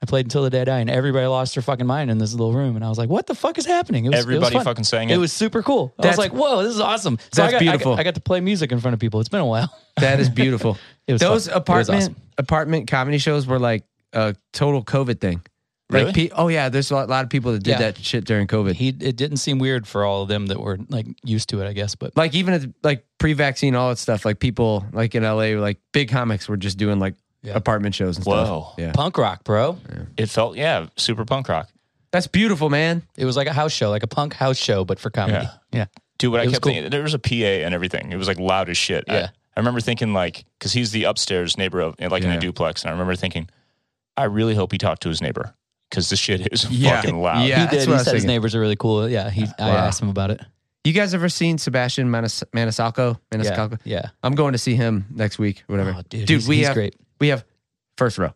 Speaker 4: I played until the day I die, and everybody lost their fucking mind in this little room. And I was like, what the fuck is happening? It was, it was
Speaker 1: Everybody
Speaker 4: fun.
Speaker 1: fucking sang
Speaker 4: It
Speaker 1: it.
Speaker 4: was super cool.
Speaker 3: That's-
Speaker 4: I was like, whoa, this is awesome. So
Speaker 3: that's
Speaker 4: I got- I got-
Speaker 3: beautiful.
Speaker 4: I got, to play music in front of people. It's been a while.
Speaker 3: That is beautiful.
Speaker 4: It was
Speaker 3: Those
Speaker 4: fun. It was
Speaker 3: apartment
Speaker 4: awesome.
Speaker 3: apartment comedy shows were like a total COVID thing.
Speaker 1: Really?
Speaker 3: Like, pe- oh yeah, there's a lot, lot of people that did
Speaker 4: Yeah.
Speaker 3: that shit during COVID.
Speaker 4: He, it didn't seem weird for all of them that were like used to it, I guess. But
Speaker 3: like even at like pre-vaccine, all that stuff. Like people like in LA, like big comics were just doing like
Speaker 4: Yeah.
Speaker 3: apartment shows and stuff.
Speaker 1: Whoa.
Speaker 3: Yeah,
Speaker 4: punk rock, bro.
Speaker 1: It felt yeah, super punk rock.
Speaker 3: that's beautiful, man.
Speaker 4: It was like a house show, like a punk house show, but for comedy.
Speaker 1: Yeah.
Speaker 4: yeah.
Speaker 1: Dude, what
Speaker 4: It
Speaker 1: I
Speaker 4: was
Speaker 1: kept
Speaker 4: cool.
Speaker 1: thinking, there was a PA and everything. It was like loud as shit. I-
Speaker 4: Yeah.
Speaker 1: I, remember thinking like, because he's the upstairs neighbor of like in
Speaker 3: Yeah.
Speaker 1: a duplex, and I remember thinking, I really hope he talked to his neighbor because this shit is
Speaker 3: Yeah.
Speaker 1: fucking loud.
Speaker 3: Yeah.
Speaker 4: he
Speaker 3: that's
Speaker 4: did.
Speaker 3: what I
Speaker 4: He
Speaker 3: was
Speaker 4: said his
Speaker 3: thinking.
Speaker 4: neighbors are really cool. Yeah, he. I
Speaker 3: Wow.
Speaker 4: asked him about it.
Speaker 3: You guys ever seen Sebastian Manis- Maniscalco? Maniscalco?
Speaker 4: Yeah, yeah.
Speaker 3: I'm going to see him next week, or whatever.
Speaker 4: Oh, dude, he's-
Speaker 3: we
Speaker 4: he's
Speaker 3: have
Speaker 4: great.
Speaker 3: we have first row.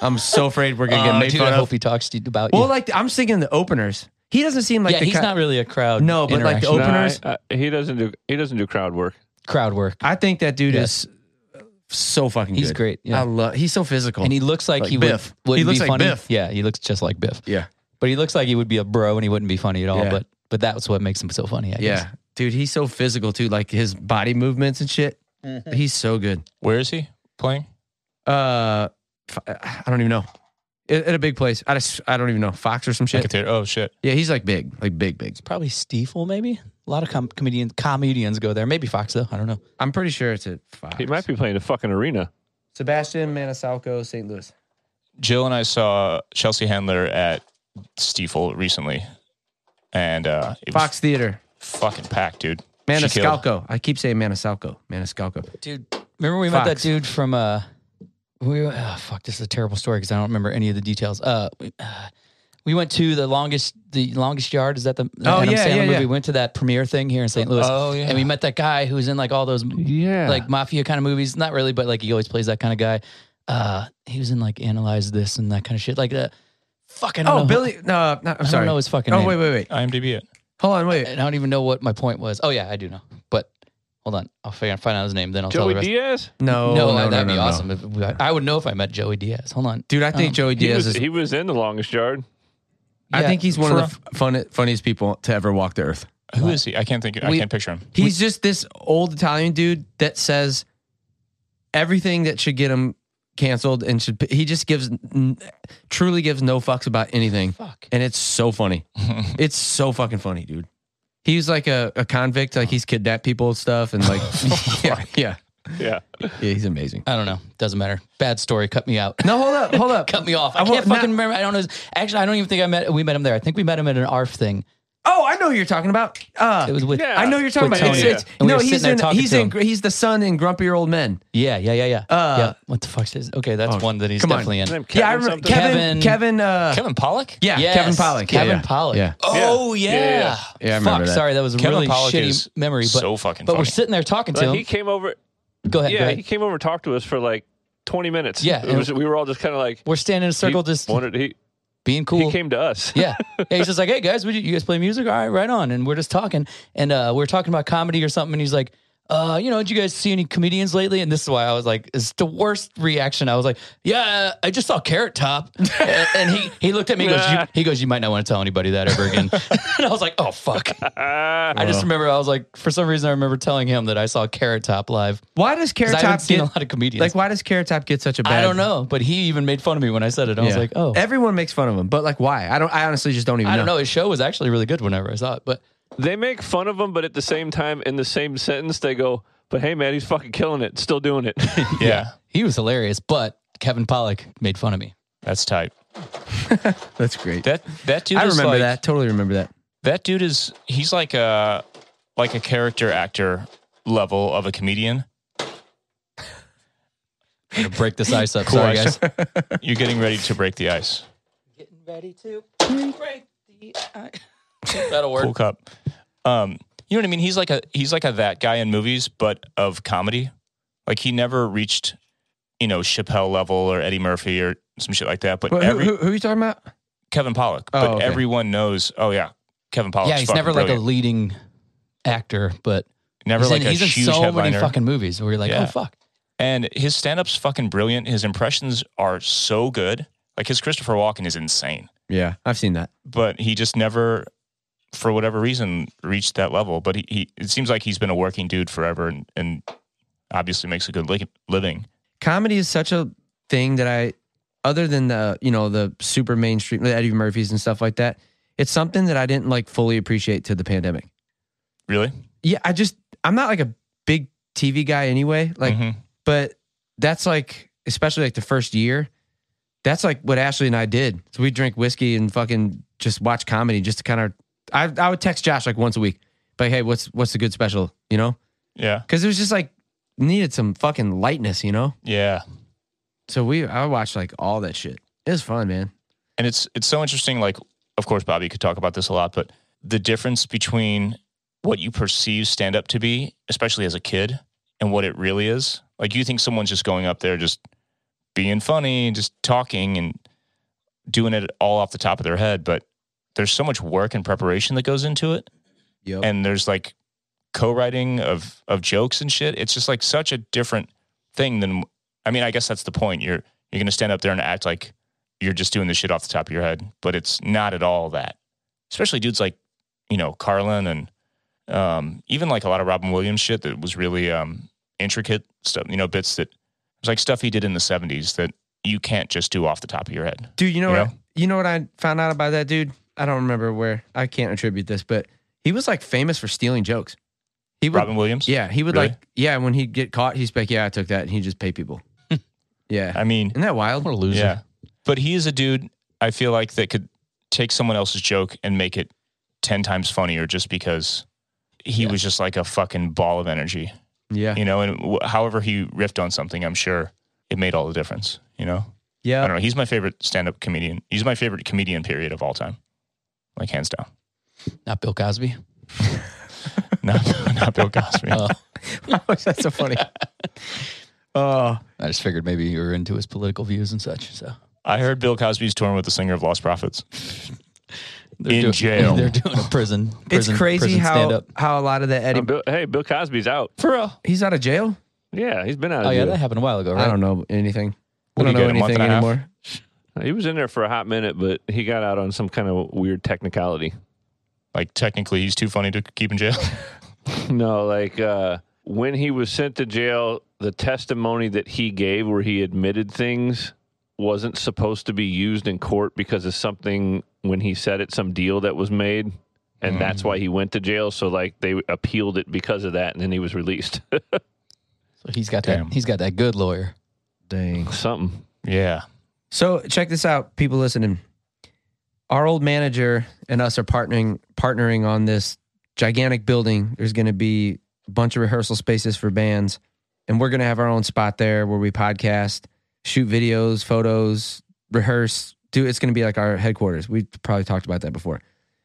Speaker 3: I'm so afraid we're gonna get
Speaker 4: Oh,
Speaker 3: made
Speaker 4: dude,
Speaker 3: fun
Speaker 4: I
Speaker 3: of.
Speaker 4: hope he talks to you about
Speaker 3: Well,
Speaker 4: you.
Speaker 3: like I'm thinking the openers. He doesn't seem like
Speaker 4: yeah,
Speaker 3: the
Speaker 4: he's
Speaker 3: ki-
Speaker 4: not really a crowd.
Speaker 3: No, but, like, the
Speaker 4: interaction-
Speaker 2: No, I-
Speaker 3: openers-
Speaker 2: I- he doesn't do. He doesn't do crowd work.
Speaker 4: crowd work,
Speaker 3: I think that dude
Speaker 4: Yes.
Speaker 3: is so fucking.
Speaker 4: He's
Speaker 3: good.
Speaker 4: great, yeah.
Speaker 3: I love. He's so physical.
Speaker 4: and he looks like,
Speaker 3: Like
Speaker 4: he would.
Speaker 3: Biff.
Speaker 4: would
Speaker 3: He looks
Speaker 4: be
Speaker 3: like
Speaker 4: funny.
Speaker 3: Biff.
Speaker 4: Yeah, he looks just like Biff.
Speaker 3: yeah.
Speaker 4: But he looks like he would be a bro and he wouldn't be funny at all.
Speaker 3: Yeah.
Speaker 4: But but that's what makes him so funny, I guess.
Speaker 3: Yeah, dude, he's so physical too. Like his body movements and shit.
Speaker 4: Mm-hmm.
Speaker 3: He's so good.
Speaker 1: Where is he playing?
Speaker 3: Uh, f- I don't even know. At at a big place, I just I don't even know Fox or some
Speaker 1: Like a
Speaker 3: shit.
Speaker 1: theater. Oh shit!
Speaker 3: Yeah, he's like big, like big, big.
Speaker 4: Probably Stiefel, maybe. A lot of com- comedians comedians go there. Maybe Fox though. I don't know.
Speaker 3: I'm pretty sure it's at Fox.
Speaker 2: He might be playing a fucking arena.
Speaker 3: Sebastian Maniscalco, St. Louis.
Speaker 1: Jill and I saw Chelsea Handler at Stiefel recently, and uh, it
Speaker 3: Fox Theater.
Speaker 1: was fucking packed, dude. She killed.
Speaker 3: Maniscalco. I keep saying Maniscalco. Maniscalco.
Speaker 4: Dude, remember we met that
Speaker 3: Fox.
Speaker 4: dude from uh we oh, fuck, this is a terrible story because I don't remember any of the details. Uh we, uh, we went to the longest the longest yard. Is that the, the
Speaker 3: Oh,
Speaker 4: Adam
Speaker 3: yeah,
Speaker 4: Sandler
Speaker 3: yeah,
Speaker 4: movie?
Speaker 3: yeah.
Speaker 4: We went to that premiere thing here in St. Louis.
Speaker 1: Oh, yeah.
Speaker 4: And we met that guy who was in like all those
Speaker 2: Yeah.
Speaker 4: like mafia kind of movies. Not really, but like he always plays that kind of guy. Uh, he was in like analyze this and that kind of shit. Like uh, the fucking
Speaker 3: Oh, Billy. No, no, I'm
Speaker 4: I
Speaker 3: sorry.
Speaker 4: don't know his fucking
Speaker 3: oh,
Speaker 4: name.
Speaker 3: wait, wait, wait.
Speaker 1: IMDb it.
Speaker 3: Hold on, wait.
Speaker 4: And I don't even know what my point was. Oh yeah, I do know. But hold on, I'll figure find out his name. Then I'll tell
Speaker 2: Joey
Speaker 4: the
Speaker 2: Diaz.
Speaker 4: rest.
Speaker 3: No, Oh,
Speaker 4: no, uh,
Speaker 3: no, no,
Speaker 4: that'd
Speaker 3: no,
Speaker 4: be
Speaker 3: no.
Speaker 4: awesome. If we- I would know if I met Joey Diaz. Hold on,
Speaker 3: Dude, I think
Speaker 4: Um,
Speaker 3: Joey
Speaker 2: He
Speaker 3: Diaz
Speaker 2: was,
Speaker 3: is.
Speaker 2: he was in the longest yard.
Speaker 3: I
Speaker 4: Yeah,
Speaker 3: think he's one of
Speaker 1: for
Speaker 3: the f- fun, funniest people to ever walk the earth.
Speaker 1: Who is he? I can't think. I
Speaker 3: We-
Speaker 1: can't picture him.
Speaker 3: He's just this old Italian dude that says everything that should get him canceled and should. He just gives, n- truly gives no fucks about anything.
Speaker 4: fuck.
Speaker 3: And it's so funny. it's so fucking funny, dude. He's like a, a convict, like he's kidnapped people and stuff. And like,
Speaker 4: Oh
Speaker 3: yeah, yeah,
Speaker 2: Yeah.
Speaker 3: yeah, he's amazing.
Speaker 4: I don't know. Doesn't matter. Bad story. Cut me out.
Speaker 3: No, hold up, hold up.
Speaker 4: Cut me off. I,
Speaker 3: I
Speaker 4: can't
Speaker 3: want- now-
Speaker 4: fucking remember. I don't know. his- Actually, I don't even think I met. We met him there. I think we met him at an ARF thing.
Speaker 3: Oh, I know who you're talking about. Uh,
Speaker 4: It was with.
Speaker 2: Yeah.
Speaker 4: Yeah,
Speaker 3: I know who you're talking
Speaker 4: With
Speaker 3: about. It's,
Speaker 4: Tony.
Speaker 3: it's,
Speaker 4: And we
Speaker 3: no,
Speaker 4: were sitting
Speaker 3: he's
Speaker 4: there
Speaker 3: in.
Speaker 4: talking
Speaker 3: He's
Speaker 4: to
Speaker 3: in.
Speaker 4: him.
Speaker 3: gr- He's the son in Grumpier Old Men.
Speaker 4: yeah, yeah, yeah. yeah.
Speaker 3: Uh,
Speaker 4: What the fuck is? Okay, that's
Speaker 3: oh,
Speaker 4: one that he's
Speaker 3: come on.
Speaker 4: definitely
Speaker 2: His
Speaker 4: in.
Speaker 2: name
Speaker 3: yeah, I
Speaker 2: Kevin
Speaker 3: remember
Speaker 2: something?
Speaker 3: Kevin.
Speaker 4: Kevin-
Speaker 3: Kevin. Uh,
Speaker 1: Kevin Pollock.
Speaker 3: Yeah,
Speaker 4: Yes,
Speaker 3: Kevin Pollock. Yeah,
Speaker 4: Kevin
Speaker 3: yeah.
Speaker 4: Pollock.
Speaker 3: Yeah.
Speaker 4: Oh
Speaker 2: Yeah.
Speaker 4: yeah.
Speaker 2: Yeah, yeah, yeah.
Speaker 3: Yeah, I remember
Speaker 4: Fuck.
Speaker 3: that.
Speaker 4: Sorry, that was a
Speaker 1: Kevin
Speaker 4: really
Speaker 1: Pollak is
Speaker 4: shitty memory. But
Speaker 1: so fucking
Speaker 4: but we're
Speaker 1: funny.
Speaker 4: sitting there talking to
Speaker 2: Like,
Speaker 4: him.
Speaker 2: he came over.
Speaker 4: go ahead. go
Speaker 2: Yeah,
Speaker 4: ahead.
Speaker 2: he came over and talked to us for like 20 minutes.
Speaker 4: Yeah,
Speaker 2: It was- we were all just kind of like
Speaker 4: we're standing in a circle,
Speaker 2: he
Speaker 4: just
Speaker 2: wanted- he,
Speaker 4: being cool.
Speaker 2: he came to us.
Speaker 4: yeah. yeah, he's just like, "Hey guys, would you, you guys play music? All right, right on." And we're just talking, and uh, we're talking about comedy or something. And he's like, "Uh, you know, did you guys see any comedians lately?" And this is why I was like, "It's the worst reaction." I was like, "Yeah, I just saw Carrot Top," and, and he he looked at me, and goes, you, "He goes, you might not want to tell anybody that ever again." and I was like, "Oh fuck."
Speaker 2: Ah,
Speaker 4: I just remember I was like, for some reason, I remember telling him that I saw Carrot Top live.
Speaker 3: why does Carrot
Speaker 4: 'Cause I haven't
Speaker 3: Top
Speaker 4: seen
Speaker 3: get
Speaker 4: a lot of comedians.
Speaker 3: like? Why does Carrot Top get such a bad?
Speaker 4: I don't know, but he even made fun of me when I said it. I was
Speaker 3: Yeah.
Speaker 4: like, oh,
Speaker 3: everyone makes fun of him, but like, why? I don't. I honestly just don't even.
Speaker 4: I don't know. His show was actually really good whenever I saw it, but
Speaker 2: they make fun of him, but at the same time, in the same sentence, they go, "But hey, man, he's fucking killing it. Still doing it."
Speaker 1: yeah.
Speaker 4: he was hilarious. But Kevin Pollock made fun of me.
Speaker 1: that's tight.
Speaker 3: That's great.
Speaker 1: That that dude.
Speaker 3: I
Speaker 1: is
Speaker 3: remember
Speaker 1: like-
Speaker 3: that. Totally remember that.
Speaker 1: That dude is he's like a like a character actor level of a comedian.
Speaker 4: I'm gonna break this ice up. Sorry,
Speaker 1: I
Speaker 4: guys.
Speaker 1: just- You're getting ready to break the ice.
Speaker 4: Getting ready to break the ice.
Speaker 3: Oh,
Speaker 4: That'll work.
Speaker 1: Cool cup. Um, you know what I mean? He's like a he's like a that guy in movies, but of comedy. Like he never reached, you know, Chappelle level or Eddie Murphy or some shit like that. But
Speaker 3: But who,
Speaker 1: every
Speaker 3: who, who are you talking about?
Speaker 1: Kevin Pollock.
Speaker 3: Oh,
Speaker 1: but
Speaker 3: okay.
Speaker 1: everyone knows. Oh yeah, Kevin Pollock.
Speaker 4: Yeah, he's never like a
Speaker 1: brilliant.
Speaker 4: leading actor, but
Speaker 1: a never
Speaker 4: he's,
Speaker 1: like
Speaker 4: in,
Speaker 1: a
Speaker 4: he's in
Speaker 1: huge
Speaker 4: so
Speaker 1: headliner.
Speaker 4: many fucking movies where you're like,
Speaker 1: Yeah.
Speaker 4: oh fuck.
Speaker 1: And his stand up's fucking brilliant. His impressions are so good. Like his Christopher Walken is insane,
Speaker 3: Yeah, I've seen that.
Speaker 1: but he just never, for whatever reason, reached that level. But he, he it seems like he's been a working dude forever and, and obviously makes a good li- living.
Speaker 3: comedy is such a thing that I, other than the you know the super mainstream the Eddie Murphys and stuff like that, it's something that I didn't like fully appreciate to the pandemic.
Speaker 1: Really?
Speaker 3: Yeah, I just I'm not like a big TV guy anyway. Like,
Speaker 1: Mhm.
Speaker 3: but that's like especially like the first year, that's like what Ashley and I did. So we drink whiskey and fucking just watch comedy just to kind of. I I would text Josh like once a week, like hey, what's what's the good special? You know,
Speaker 1: yeah,
Speaker 3: because it was just like needed some fucking lightness. You know.
Speaker 1: yeah.
Speaker 3: So we, I watched like all that shit. It was fun, man.
Speaker 1: And it's it's so interesting. Like, of course, Bobby could talk about this a lot, but the difference between what you perceive stand up to be, especially as a kid, and what it really is. Like, you think someone's just going up there, just being funny, just talking and doing it all off the top of their head, but there's so much work and preparation that goes into it.
Speaker 3: Yep.
Speaker 1: And there's like co-writing of of jokes and shit. It's just like such a different thing than I mean, I guess that's the point. You're you're going to stand up there and act like you're just doing this shit off the top of your head, but it's not at all that. Especially dudes like, you know, Carlin and um, even like a lot of Robin Williams shit that was really um, intricate stuff, you know, bits that it's like stuff he did in the 70s that you can't just do off the top of your head.
Speaker 3: Dude, you know
Speaker 1: You
Speaker 3: what?
Speaker 1: know?
Speaker 3: You know what I found out about that dude? I don't remember where. I can't attribute this, but he was like famous for stealing jokes. He would,
Speaker 1: Robin Williams?
Speaker 3: yeah, he would
Speaker 1: Really?
Speaker 3: like, yeah. When he'd get caught, he'd be like, "Yeah, I took that," and he'd just pay people. yeah,
Speaker 1: I mean,
Speaker 3: isn't that wild?
Speaker 4: What a loser.
Speaker 1: Hmm. Yeah. But he is a dude I feel like that could take someone else's joke and make it 10 times funnier just because he was just like a fucking ball of energy,
Speaker 3: Yeah,
Speaker 1: you know? And w- however he riffed on something, I'm sure it made all the difference, you know? I
Speaker 3: yeah.
Speaker 1: don't know. He's my favorite stand up comedian. He's my favorite comedian, period, of all time. Like, hands down.
Speaker 4: Not Bill Cosby.
Speaker 1: Not, not Bill Cosby.
Speaker 4: Oh.
Speaker 3: That's so funny. Oh,
Speaker 4: I just figured maybe you were into his political views and such. So
Speaker 1: I heard Bill Cosby's touring with the singer of Lost Prophets.
Speaker 4: they're
Speaker 1: In
Speaker 4: doing,
Speaker 1: jail.
Speaker 4: They're doing a prison.
Speaker 3: it's
Speaker 4: prison-
Speaker 3: crazy
Speaker 4: prison
Speaker 3: how
Speaker 4: stand-up.
Speaker 3: how a lot of the Eddie.
Speaker 2: Uh, Bill, hey, Bill Cosby's out.
Speaker 4: For real?
Speaker 3: he's out of jail.
Speaker 2: Yeah, he's been out. Of
Speaker 4: Oh yeah,
Speaker 2: jail.
Speaker 4: that happened a while ago, right?
Speaker 3: I don't know anything.
Speaker 1: What
Speaker 3: I
Speaker 1: do
Speaker 3: don't
Speaker 1: you
Speaker 3: know
Speaker 1: get, a month
Speaker 3: anything
Speaker 1: and a half?
Speaker 3: anymore.
Speaker 2: he was in there for a hot minute, but he got out on some kind of weird technicality.
Speaker 1: Like, technically, he's too funny to keep in jail.
Speaker 2: No, like uh, when he was sent to jail, the testimony that he gave, where he admitted things, wasn't supposed to be used in court because of something when he said it, some deal that was made, and that's why he went to jail. So like they appealed it because of that, and then he was released.
Speaker 4: So he's got
Speaker 1: Damn.
Speaker 4: that. He's got that good lawyer.
Speaker 3: Dang.
Speaker 2: Something.
Speaker 1: yeah.
Speaker 3: So check this out, people listening. Our old manager and us are partnering partnering on this gigantic building. There's going to be a bunch of rehearsal spaces for bands, and we're going to have our own spot there where we podcast, shoot videos, photos, rehearse. Do it's going to be like our headquarters. We probably talked about that before.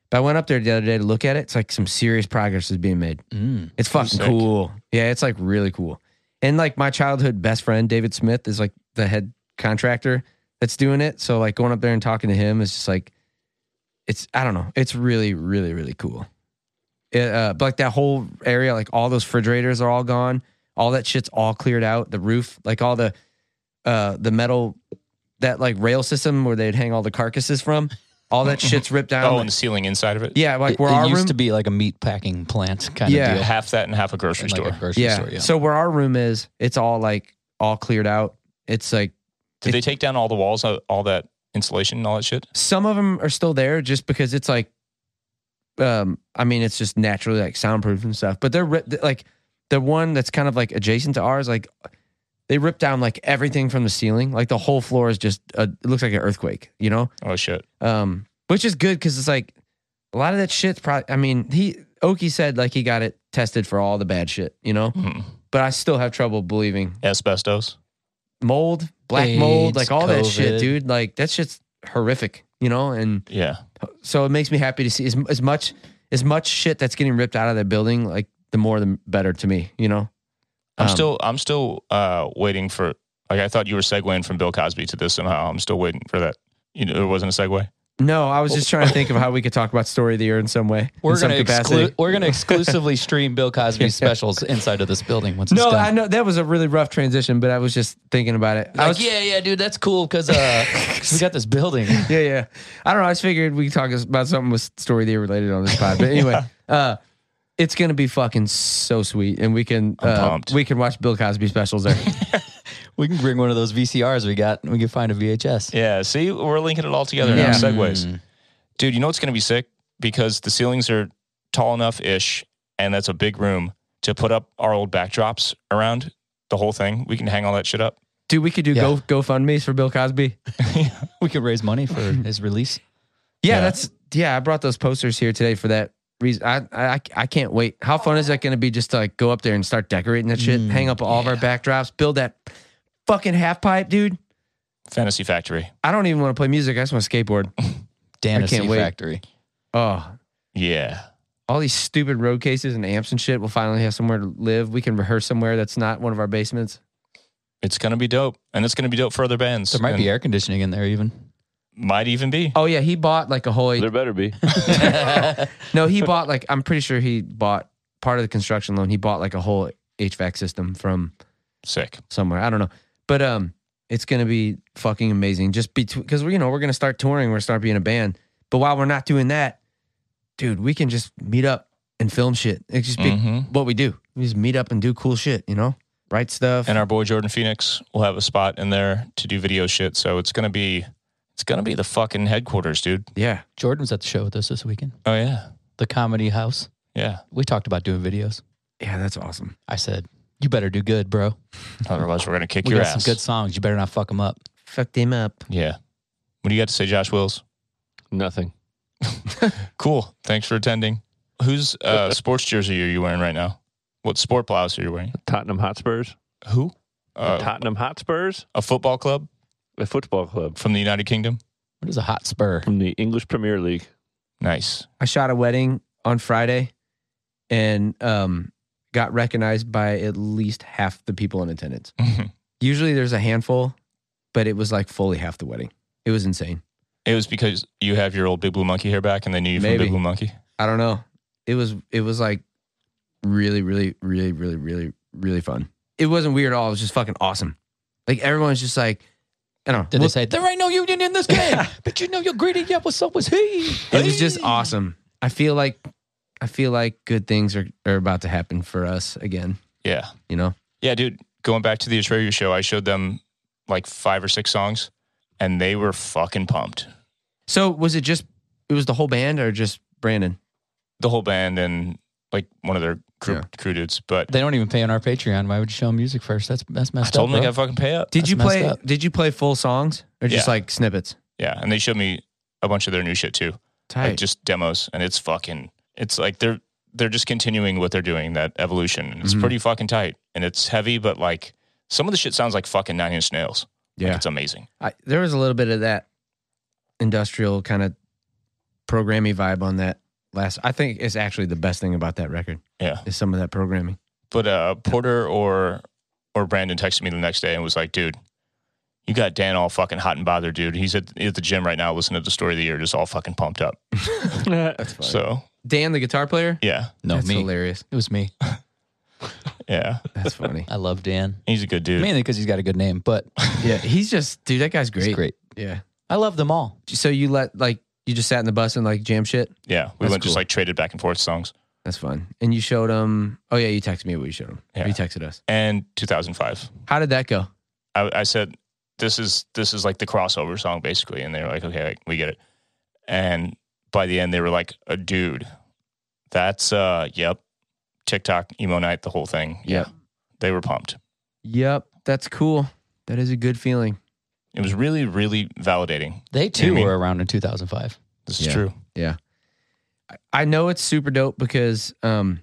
Speaker 3: But I went up there the other day to look at it. It's like some serious progress is being made.
Speaker 4: Mm.
Speaker 3: It's fucking
Speaker 1: sick.
Speaker 3: cool. Yeah, it's like really cool. And like my childhood best friend David Smith is like the head contractor that's doing it. So like going up there and talking to him is just like it's I don't know. It's really really really cool. It, uh, but like that whole area, like all those refrigerators are all gone. All that shit's all cleared out. The roof, like all the uh the metal that like rail system where they'd hang all the carcasses from, all that shit's ripped down.
Speaker 1: Oh, and the ceiling inside of it?
Speaker 3: yeah, like
Speaker 4: it,
Speaker 3: where
Speaker 4: it
Speaker 3: our
Speaker 4: used
Speaker 3: room
Speaker 4: to be like a meat packing plant kind
Speaker 3: Yeah.
Speaker 4: of deal.
Speaker 1: Half that and half a grocery
Speaker 4: Like
Speaker 1: store.
Speaker 4: a grocery store. Yeah.
Speaker 3: So where our room is, it's all like all cleared out. It's like
Speaker 1: Did they take down all the walls, all all that insulation, and all that shit?
Speaker 3: some of them are still there just because it's like, um, I mean, it's just naturally like soundproof and stuff. But they're ri- th- like the one that's kind of like adjacent to ours, like they ripped down like everything from the ceiling. Like the whole floor is just a, it looks like an earthquake, you know?
Speaker 1: Oh shit!
Speaker 3: um, which is good because it's like a lot of that shit's probably. I mean, he Oki said like he got it tested for all the bad shit, you know.
Speaker 1: Mhm.
Speaker 3: But I still have trouble believing
Speaker 1: Asbestos.
Speaker 3: mold, black mold,
Speaker 4: AIDS,
Speaker 3: like all that shit,
Speaker 4: COVID.
Speaker 3: dude. Like that shit's horrific, you know. And
Speaker 1: Yeah,
Speaker 3: so it makes me happy to see as, as much as much shit that's getting ripped out of that building. Like the more the better to me, you know.
Speaker 1: I'm
Speaker 3: Um,
Speaker 1: still, I'm still uh, waiting for. Like I thought you were segueing from Bill Cosby to this somehow. I'm still waiting for that. You know, it wasn't a segue.
Speaker 3: No, I was just trying to think of how we could talk about story of the year in some way.
Speaker 4: We're
Speaker 3: in some
Speaker 4: gonna exclu- we're gonna exclusively stream Bill Cosby's specials inside of this building once it's
Speaker 3: No,
Speaker 4: done.
Speaker 3: I know that was a really rough transition, but I was just thinking about it. I
Speaker 4: Like,
Speaker 3: was,
Speaker 4: yeah, yeah, dude, that's cool because uh, 'cause we got this building.
Speaker 3: yeah, yeah. I don't know. I just figured we could talk about something with story there related on this pod. But anyway, uh, it's gonna be fucking so sweet, and we can
Speaker 1: I'm
Speaker 3: uh,
Speaker 1: pumped.
Speaker 3: we can watch Bill Cosby specials there.
Speaker 4: We can bring one of those VCRs we got. and We can find a VHS.
Speaker 1: Yeah, see, we're linking it all together now.
Speaker 3: Yeah.
Speaker 1: Segues, dude. You know what's gonna be sick because the ceilings are tall enough ish, and that's a big room to put up our old backdrops around the whole thing. We can hang all that shit up.
Speaker 3: Dude, we could do
Speaker 4: Yeah.
Speaker 3: go GoFundmes for Bill Cosby.
Speaker 4: We could raise money for his release.
Speaker 3: Yeah,
Speaker 1: Yeah.
Speaker 3: that's yeah. I brought those posters here today for that reason. I I I can't wait. How fun is that going to be? Just to like go up there and start decorating that shit,
Speaker 4: Mm,
Speaker 3: hang up all of our backdrops, build that fucking half pipe, dude.
Speaker 1: Fantasy Factory.
Speaker 3: I don't even want to play music. I just want to skateboard.
Speaker 4: Danacy
Speaker 3: can't wait.
Speaker 4: Factory.
Speaker 3: Oh,
Speaker 1: Yeah,
Speaker 3: all these stupid road cases and amps and shit. We'll finally have somewhere to live. We can rehearse somewhere that's not one of our basements.
Speaker 1: it's gonna be dope, and it's gonna be dope for other bands.
Speaker 4: There might
Speaker 1: and
Speaker 4: be air conditioning in there even.
Speaker 1: might even be.
Speaker 3: Oh yeah, he bought like a whole.
Speaker 2: There better be.
Speaker 3: No, he bought like I'm pretty sure he bought part of the construction loan. He bought like a whole HVAC system from
Speaker 1: Sick.
Speaker 3: somewhere. I don't know. But um It's gonna be fucking amazing. Just between because we you know we're gonna start touring, we're gonna start being a band. But while we're not doing that, dude, we can just meet up and film shit. It just be
Speaker 1: Mhm.
Speaker 3: what we do. We just meet up and do cool shit. You know, write stuff.
Speaker 1: and our boy Jordan Phoenix will have a spot in there to do video shit. So it's gonna be it's gonna be the fucking headquarters, dude.
Speaker 3: yeah,
Speaker 4: Jordan was at the show with us this weekend,
Speaker 1: Oh yeah,
Speaker 4: the comedy house.
Speaker 1: yeah.
Speaker 4: We talked about doing videos.
Speaker 3: yeah, that's awesome.
Speaker 4: I said, "You better do good, bro.
Speaker 1: Otherwise, we're gonna kick
Speaker 4: We
Speaker 1: your
Speaker 4: got
Speaker 1: ass.
Speaker 4: some good songs. You better not fuck them up."
Speaker 3: Fuck them up.
Speaker 1: yeah. What do you got to say, Josh Wills?
Speaker 2: Nothing.
Speaker 1: Cool. Thanks for attending. Whose uh, sports jersey are you wearing right now? What sport blouse are you wearing?
Speaker 2: Tottenham Hotspurs.
Speaker 1: Who?
Speaker 2: the
Speaker 1: Uh,
Speaker 2: Tottenham Hotspurs,
Speaker 1: a football club
Speaker 2: a football club
Speaker 1: from the United Kingdom.
Speaker 4: What is a hot spur?
Speaker 2: from the English Premier League.
Speaker 1: Nice.
Speaker 3: I shot a wedding on Friday, and um, got recognized by at least half the people in attendance.
Speaker 1: it
Speaker 3: Usually there's a handful, but it was like fully half the wedding. It was insane.
Speaker 1: was because you have your old Big Blue Monkey hair back, and they knew you from
Speaker 3: Maybe.
Speaker 1: Big Blue Monkey.
Speaker 3: I don't know. It was it was like really, really, really, really, really, really fun. It wasn't weird at all. It was just fucking awesome. Like everyone's just like, I don't know.
Speaker 4: Did they say there ain't no union in this game? but you know you're greedy. Yeah, what's up with he?
Speaker 3: it was just awesome. I feel like I feel like good things are, are about to happen for us again,
Speaker 1: Yeah.
Speaker 3: you know?
Speaker 1: Yeah, dude. Going back to the Atreyu show, I showed them like five or six songs, and they were fucking pumped.
Speaker 3: So was it just it was the whole band or just Brandon?
Speaker 1: The whole band and like one of their crew, crew dudes. But
Speaker 4: They don't even pay on our Patreon. Why would you show them music first? That's that's
Speaker 1: I
Speaker 4: messed
Speaker 1: told them
Speaker 4: up.
Speaker 1: they
Speaker 4: bro.
Speaker 1: got fucking pay up.
Speaker 3: Did
Speaker 4: That's
Speaker 3: you
Speaker 4: messed
Speaker 3: play
Speaker 4: up.
Speaker 3: did you play full songs or just
Speaker 1: Yeah.
Speaker 3: like snippets?
Speaker 1: Yeah, and they showed me a bunch of their new shit too,
Speaker 3: Tight.
Speaker 1: like just demos, and it's fucking. It's like they're they're just continuing what they're doing that evolution. And It's
Speaker 3: Mhm.
Speaker 1: pretty fucking tight, and it's heavy, but like some of the shit sounds like fucking Nine Inch Nails. Like,
Speaker 3: Yeah.
Speaker 1: it's amazing.
Speaker 3: I, there was a little bit of that industrial kind of programmy vibe on that last. I think it's actually the best thing about that record
Speaker 1: Yeah.
Speaker 3: is some of that programming.
Speaker 1: But uh, Porter or or Brandon texted me the next day and was like, "Dude, you got Dan all fucking hot and bothered, dude. He's at, at the gym right now listening to the story of the year, just all fucking pumped up."
Speaker 3: That's funny.
Speaker 1: So
Speaker 3: Dan, the guitar player,
Speaker 1: yeah,
Speaker 4: No,
Speaker 3: that's
Speaker 4: me.
Speaker 3: hilarious.
Speaker 4: It was me.
Speaker 1: yeah,
Speaker 3: That's funny.
Speaker 4: I love Dan
Speaker 1: he's a good dude.
Speaker 4: mainly because he's got a good name, but
Speaker 3: yeah, he's just dude. That guy's
Speaker 4: he's
Speaker 3: great.
Speaker 4: great.
Speaker 3: Yeah.
Speaker 4: I love them all.
Speaker 3: So you let like you just sat in the bus and like jam shit.
Speaker 1: yeah, we
Speaker 3: That's
Speaker 1: went just
Speaker 3: cool.
Speaker 1: like traded back and forth songs.
Speaker 3: That's fun. And you showed him. Oh yeah, you texted me. What you showed him?
Speaker 1: Yeah.
Speaker 3: You texted us.
Speaker 1: And 2005,
Speaker 3: How did that go?
Speaker 1: I, I said, "This is this is like the crossover song, basically." And they were like, "Okay, like, we get it." And by the end, they were like, "A dude, that's uh, yep, TikTok emo night, the whole thing." Yeah,
Speaker 3: Yep.
Speaker 1: they were pumped.
Speaker 3: Yep, that's cool. That is a good feeling.
Speaker 1: It was really, really validating.
Speaker 4: They too
Speaker 1: I mean-
Speaker 4: were around in 2005.
Speaker 1: This
Speaker 3: Yeah.
Speaker 1: is true.
Speaker 3: I know it's super dope because um,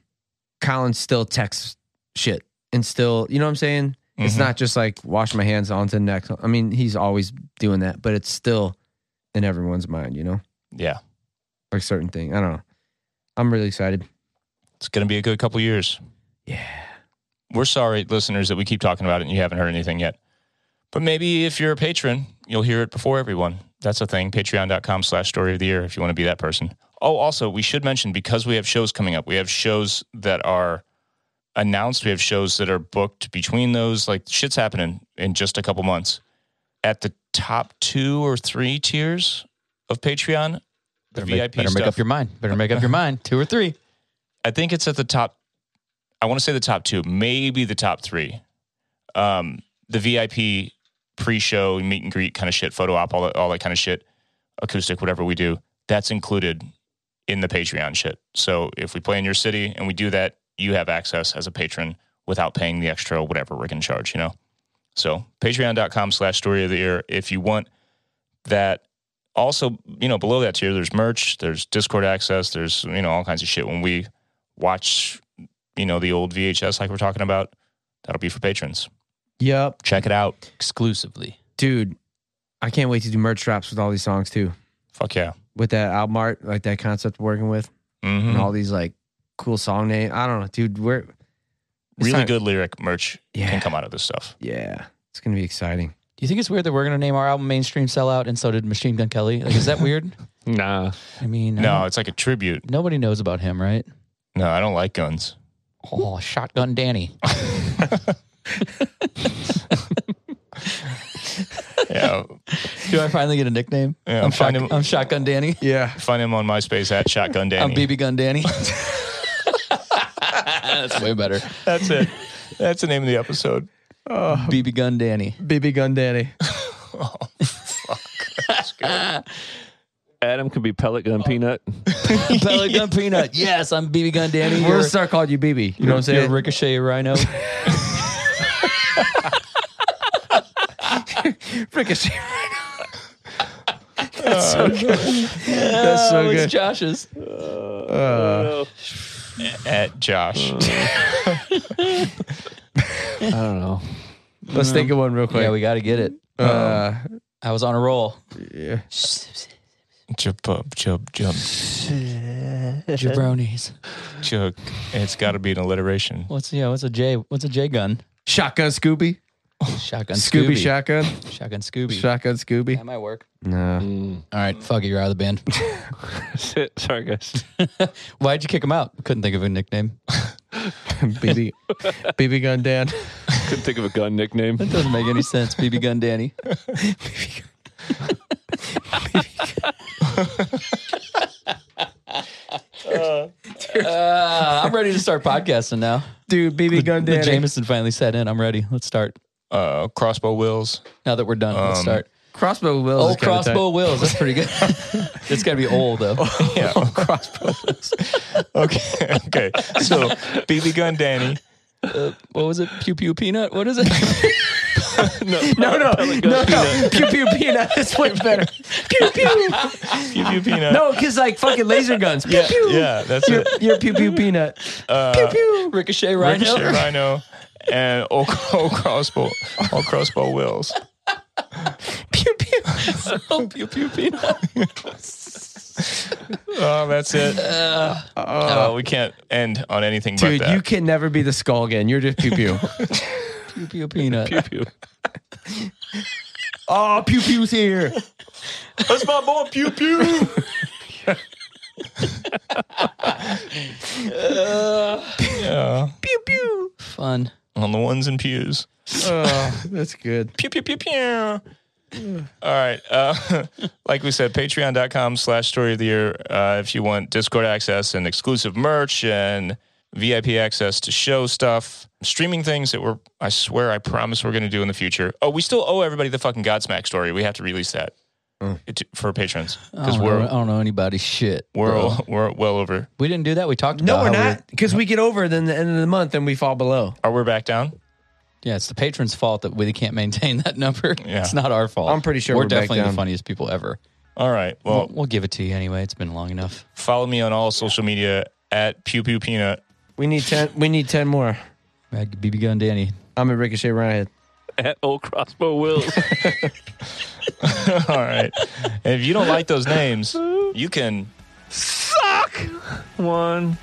Speaker 3: Colin still texts shit and still, you know what I'm saying? It's
Speaker 1: Mhm.
Speaker 3: not just like wash my hands on to the next. I mean, he's always doing that, but it's still in everyone's mind, you know,
Speaker 1: Yeah,
Speaker 3: like certain thing. I don't know. I'm really excited.
Speaker 1: it's gonna be a good couple years.
Speaker 3: Yeah.
Speaker 1: We're sorry, listeners, that we keep talking about it and you haven't heard anything yet. But maybe if you're a patron, you'll hear it before everyone. That's a thing. Patreon.com slash story of the year if you want to be that person. Oh, also, we should mention because we have shows coming up, we have shows that are announced, we have shows that are booked between those. Like shit's happening in just a couple months. At the top two or three tiers of Patreon, the
Speaker 4: Better, make,
Speaker 1: VIP
Speaker 4: better
Speaker 1: stuff.
Speaker 4: make up your mind. Better make up your mind. Two or three.
Speaker 1: I think it's at the top. I want to say the top two, maybe the top three. Um, the VIP pre-show meet and greet kind of shit, photo op, all that, all that kind of shit, acoustic, whatever we do, that's included in the Patreon shit. So if we play in your city and we do that, you have access as a patron without paying the extra whatever we're gonna charge, you know. So patreon.com slash story of the year if you want that also, you know, below that tier, there's merch, there's Discord access, there's, you know, all kinds of shit. When we watch, you know, the old VHS like we're talking about, that'll be for patrons.
Speaker 3: Yep.
Speaker 1: Check it out.
Speaker 4: Exclusively.
Speaker 3: Dude, I can't wait to do merch drops with all these songs too.
Speaker 1: Fuck yeah.
Speaker 3: With that album art, like that concept we're working with, and
Speaker 1: hmm
Speaker 3: all these like cool song name. I don't know, dude. We're it's
Speaker 1: Really
Speaker 3: time-
Speaker 1: good lyric merch
Speaker 3: Yeah.
Speaker 1: can come out of this stuff.
Speaker 3: Yeah. It's gonna be exciting.
Speaker 4: Do you think it's weird that we're going to name our album Mainstream Sellout and so did Machine Gun Kelly? Like, is that weird?
Speaker 2: Nah,
Speaker 4: I mean, I
Speaker 1: No,
Speaker 4: don't-
Speaker 1: it's like a tribute.
Speaker 4: nobody knows about him, right?
Speaker 1: No, I don't like guns.
Speaker 4: Oh, Shotgun Danny.
Speaker 1: yeah.
Speaker 4: Do I finally get a nickname?
Speaker 1: Yeah,
Speaker 4: I'm,
Speaker 1: find
Speaker 4: shot,
Speaker 1: him-
Speaker 4: I'm Shotgun Danny.
Speaker 3: Yeah.
Speaker 1: Find him on MySpace at Shotgun Danny.
Speaker 4: I'm BB Gun Danny. That's way better.
Speaker 1: That's it. That's the name of the episode.
Speaker 4: BB Gun Danny.
Speaker 3: BB Gun Daddy.
Speaker 2: Adam could be pellet gun peanut.
Speaker 4: Pellet Gun Peanut. Yes, I'm BB Gun Danny.
Speaker 3: We're
Speaker 4: You're-
Speaker 3: gonna start calling you BB. You know what I'm
Speaker 4: you're
Speaker 3: saying?
Speaker 4: Ricochet Rhino.
Speaker 3: Ricochet. That's so good. That's so
Speaker 4: oh, it's
Speaker 3: good.
Speaker 4: Josh's.
Speaker 3: Uh,
Speaker 1: At Josh.
Speaker 2: I don't know.
Speaker 3: Let's think of one real quick.
Speaker 4: Yeah, we got to get it.
Speaker 3: uh,
Speaker 4: I was on a roll.
Speaker 3: yeah.
Speaker 1: Jump up, jump, jump,
Speaker 4: Jabronis.
Speaker 1: jug. It's got to be an alliteration.
Speaker 4: What's yeah? What's a J? What's a J gun?
Speaker 3: Shotgun Scooby.
Speaker 4: Shotgun
Speaker 3: Scooby,
Speaker 4: Scooby.
Speaker 3: Shotgun.
Speaker 4: Shotgun Scooby.
Speaker 3: Shotgun Scooby.
Speaker 4: that might work.
Speaker 3: No.
Speaker 4: All right, fuck it, you're out of the band.
Speaker 2: That's it. Sorry, guys.
Speaker 4: Why'd you kick him out? Couldn't think of a nickname.
Speaker 3: BB. BB Gun Dan.
Speaker 2: Couldn't think of a gun nickname.
Speaker 4: That doesn't make any sense. BB Gun Danny. Uh, I'm ready to start podcasting now.
Speaker 3: Dude, BB Gun
Speaker 4: The
Speaker 3: Danny.
Speaker 4: Jameson finally set in. I'm ready. Let's start.
Speaker 1: Uh, crossbow wills.
Speaker 4: Now that we're done, let's
Speaker 1: Um,
Speaker 4: start.
Speaker 3: Oh, crossbow Wills. is
Speaker 4: Old
Speaker 3: kinda tight.
Speaker 4: crossbow wills. That's pretty good. it's got to be old though.
Speaker 1: Yeah.
Speaker 3: Oh, Crossbow Wills.
Speaker 1: okay. Okay. So BB gun Danny.
Speaker 4: What was it? Pew pew peanut. What is it?
Speaker 3: No, no, no, no. Pew pew peanut. That's way better. Pew pew.
Speaker 1: Pew pew peanut.
Speaker 3: No, because like fucking laser guns. Pew
Speaker 1: Yeah.
Speaker 3: pew.
Speaker 1: Yeah. That's
Speaker 3: You're,
Speaker 1: it.
Speaker 3: you're pew pew peanut. pew pew.
Speaker 4: Ricochet rhino.
Speaker 1: Ricochet Rhino and old, old crossbow, old crossbow wills.
Speaker 4: Pew pew. oh, pew pew peanut.
Speaker 1: Oh, that's it. Uh, we can't end on anything
Speaker 3: Dude,
Speaker 1: but that.
Speaker 3: you can never be the skull again. You're just pew pew.
Speaker 4: Pew pew peanut.
Speaker 2: Pew, pew.
Speaker 3: oh, pew pew's here.
Speaker 1: That's my boy, pew pew. yeah.
Speaker 3: Pew pew.
Speaker 4: Fun.
Speaker 1: On the ones and pews.
Speaker 3: Oh, that's good.
Speaker 1: Pew pew pew pew. All right. Uh, like we said, patreon.com slash story of the year. Uh, if you want Discord access and exclusive merch and VIP access to show stuff, streaming things that we're, I swear, I promise we're going to do in the future. Oh, we still owe everybody the fucking Godsmack story. We have to release that It- for patrons
Speaker 4: I
Speaker 1: because
Speaker 4: don't, know, I
Speaker 1: we're,
Speaker 4: don't know anybody's shit.
Speaker 1: we're,
Speaker 4: bro.
Speaker 1: we're well over.
Speaker 4: we didn't do that. We talked
Speaker 3: No,
Speaker 4: about
Speaker 3: we're
Speaker 4: how
Speaker 3: not. Because we get over then the end of the month and we fall below.
Speaker 1: Are we back down?
Speaker 4: Yeah, it's the patron's fault that we can't maintain that number.
Speaker 1: Yeah.
Speaker 4: It's not our fault.
Speaker 3: I'm pretty sure
Speaker 4: we're,
Speaker 3: we're back
Speaker 4: definitely the
Speaker 3: down.
Speaker 4: funniest people ever.
Speaker 1: All right.
Speaker 4: Well,
Speaker 1: Well,
Speaker 4: we'll give it to you anyway. It's been long enough.
Speaker 1: follow me on all social media at pew pew peanut.
Speaker 3: We need ten we need ten more.
Speaker 4: Mag- BB Gun Danny.
Speaker 3: I'm at Ricochet Ryan.
Speaker 2: At old crossbow wills.
Speaker 1: All right. And if you don't like those names, you can
Speaker 2: One.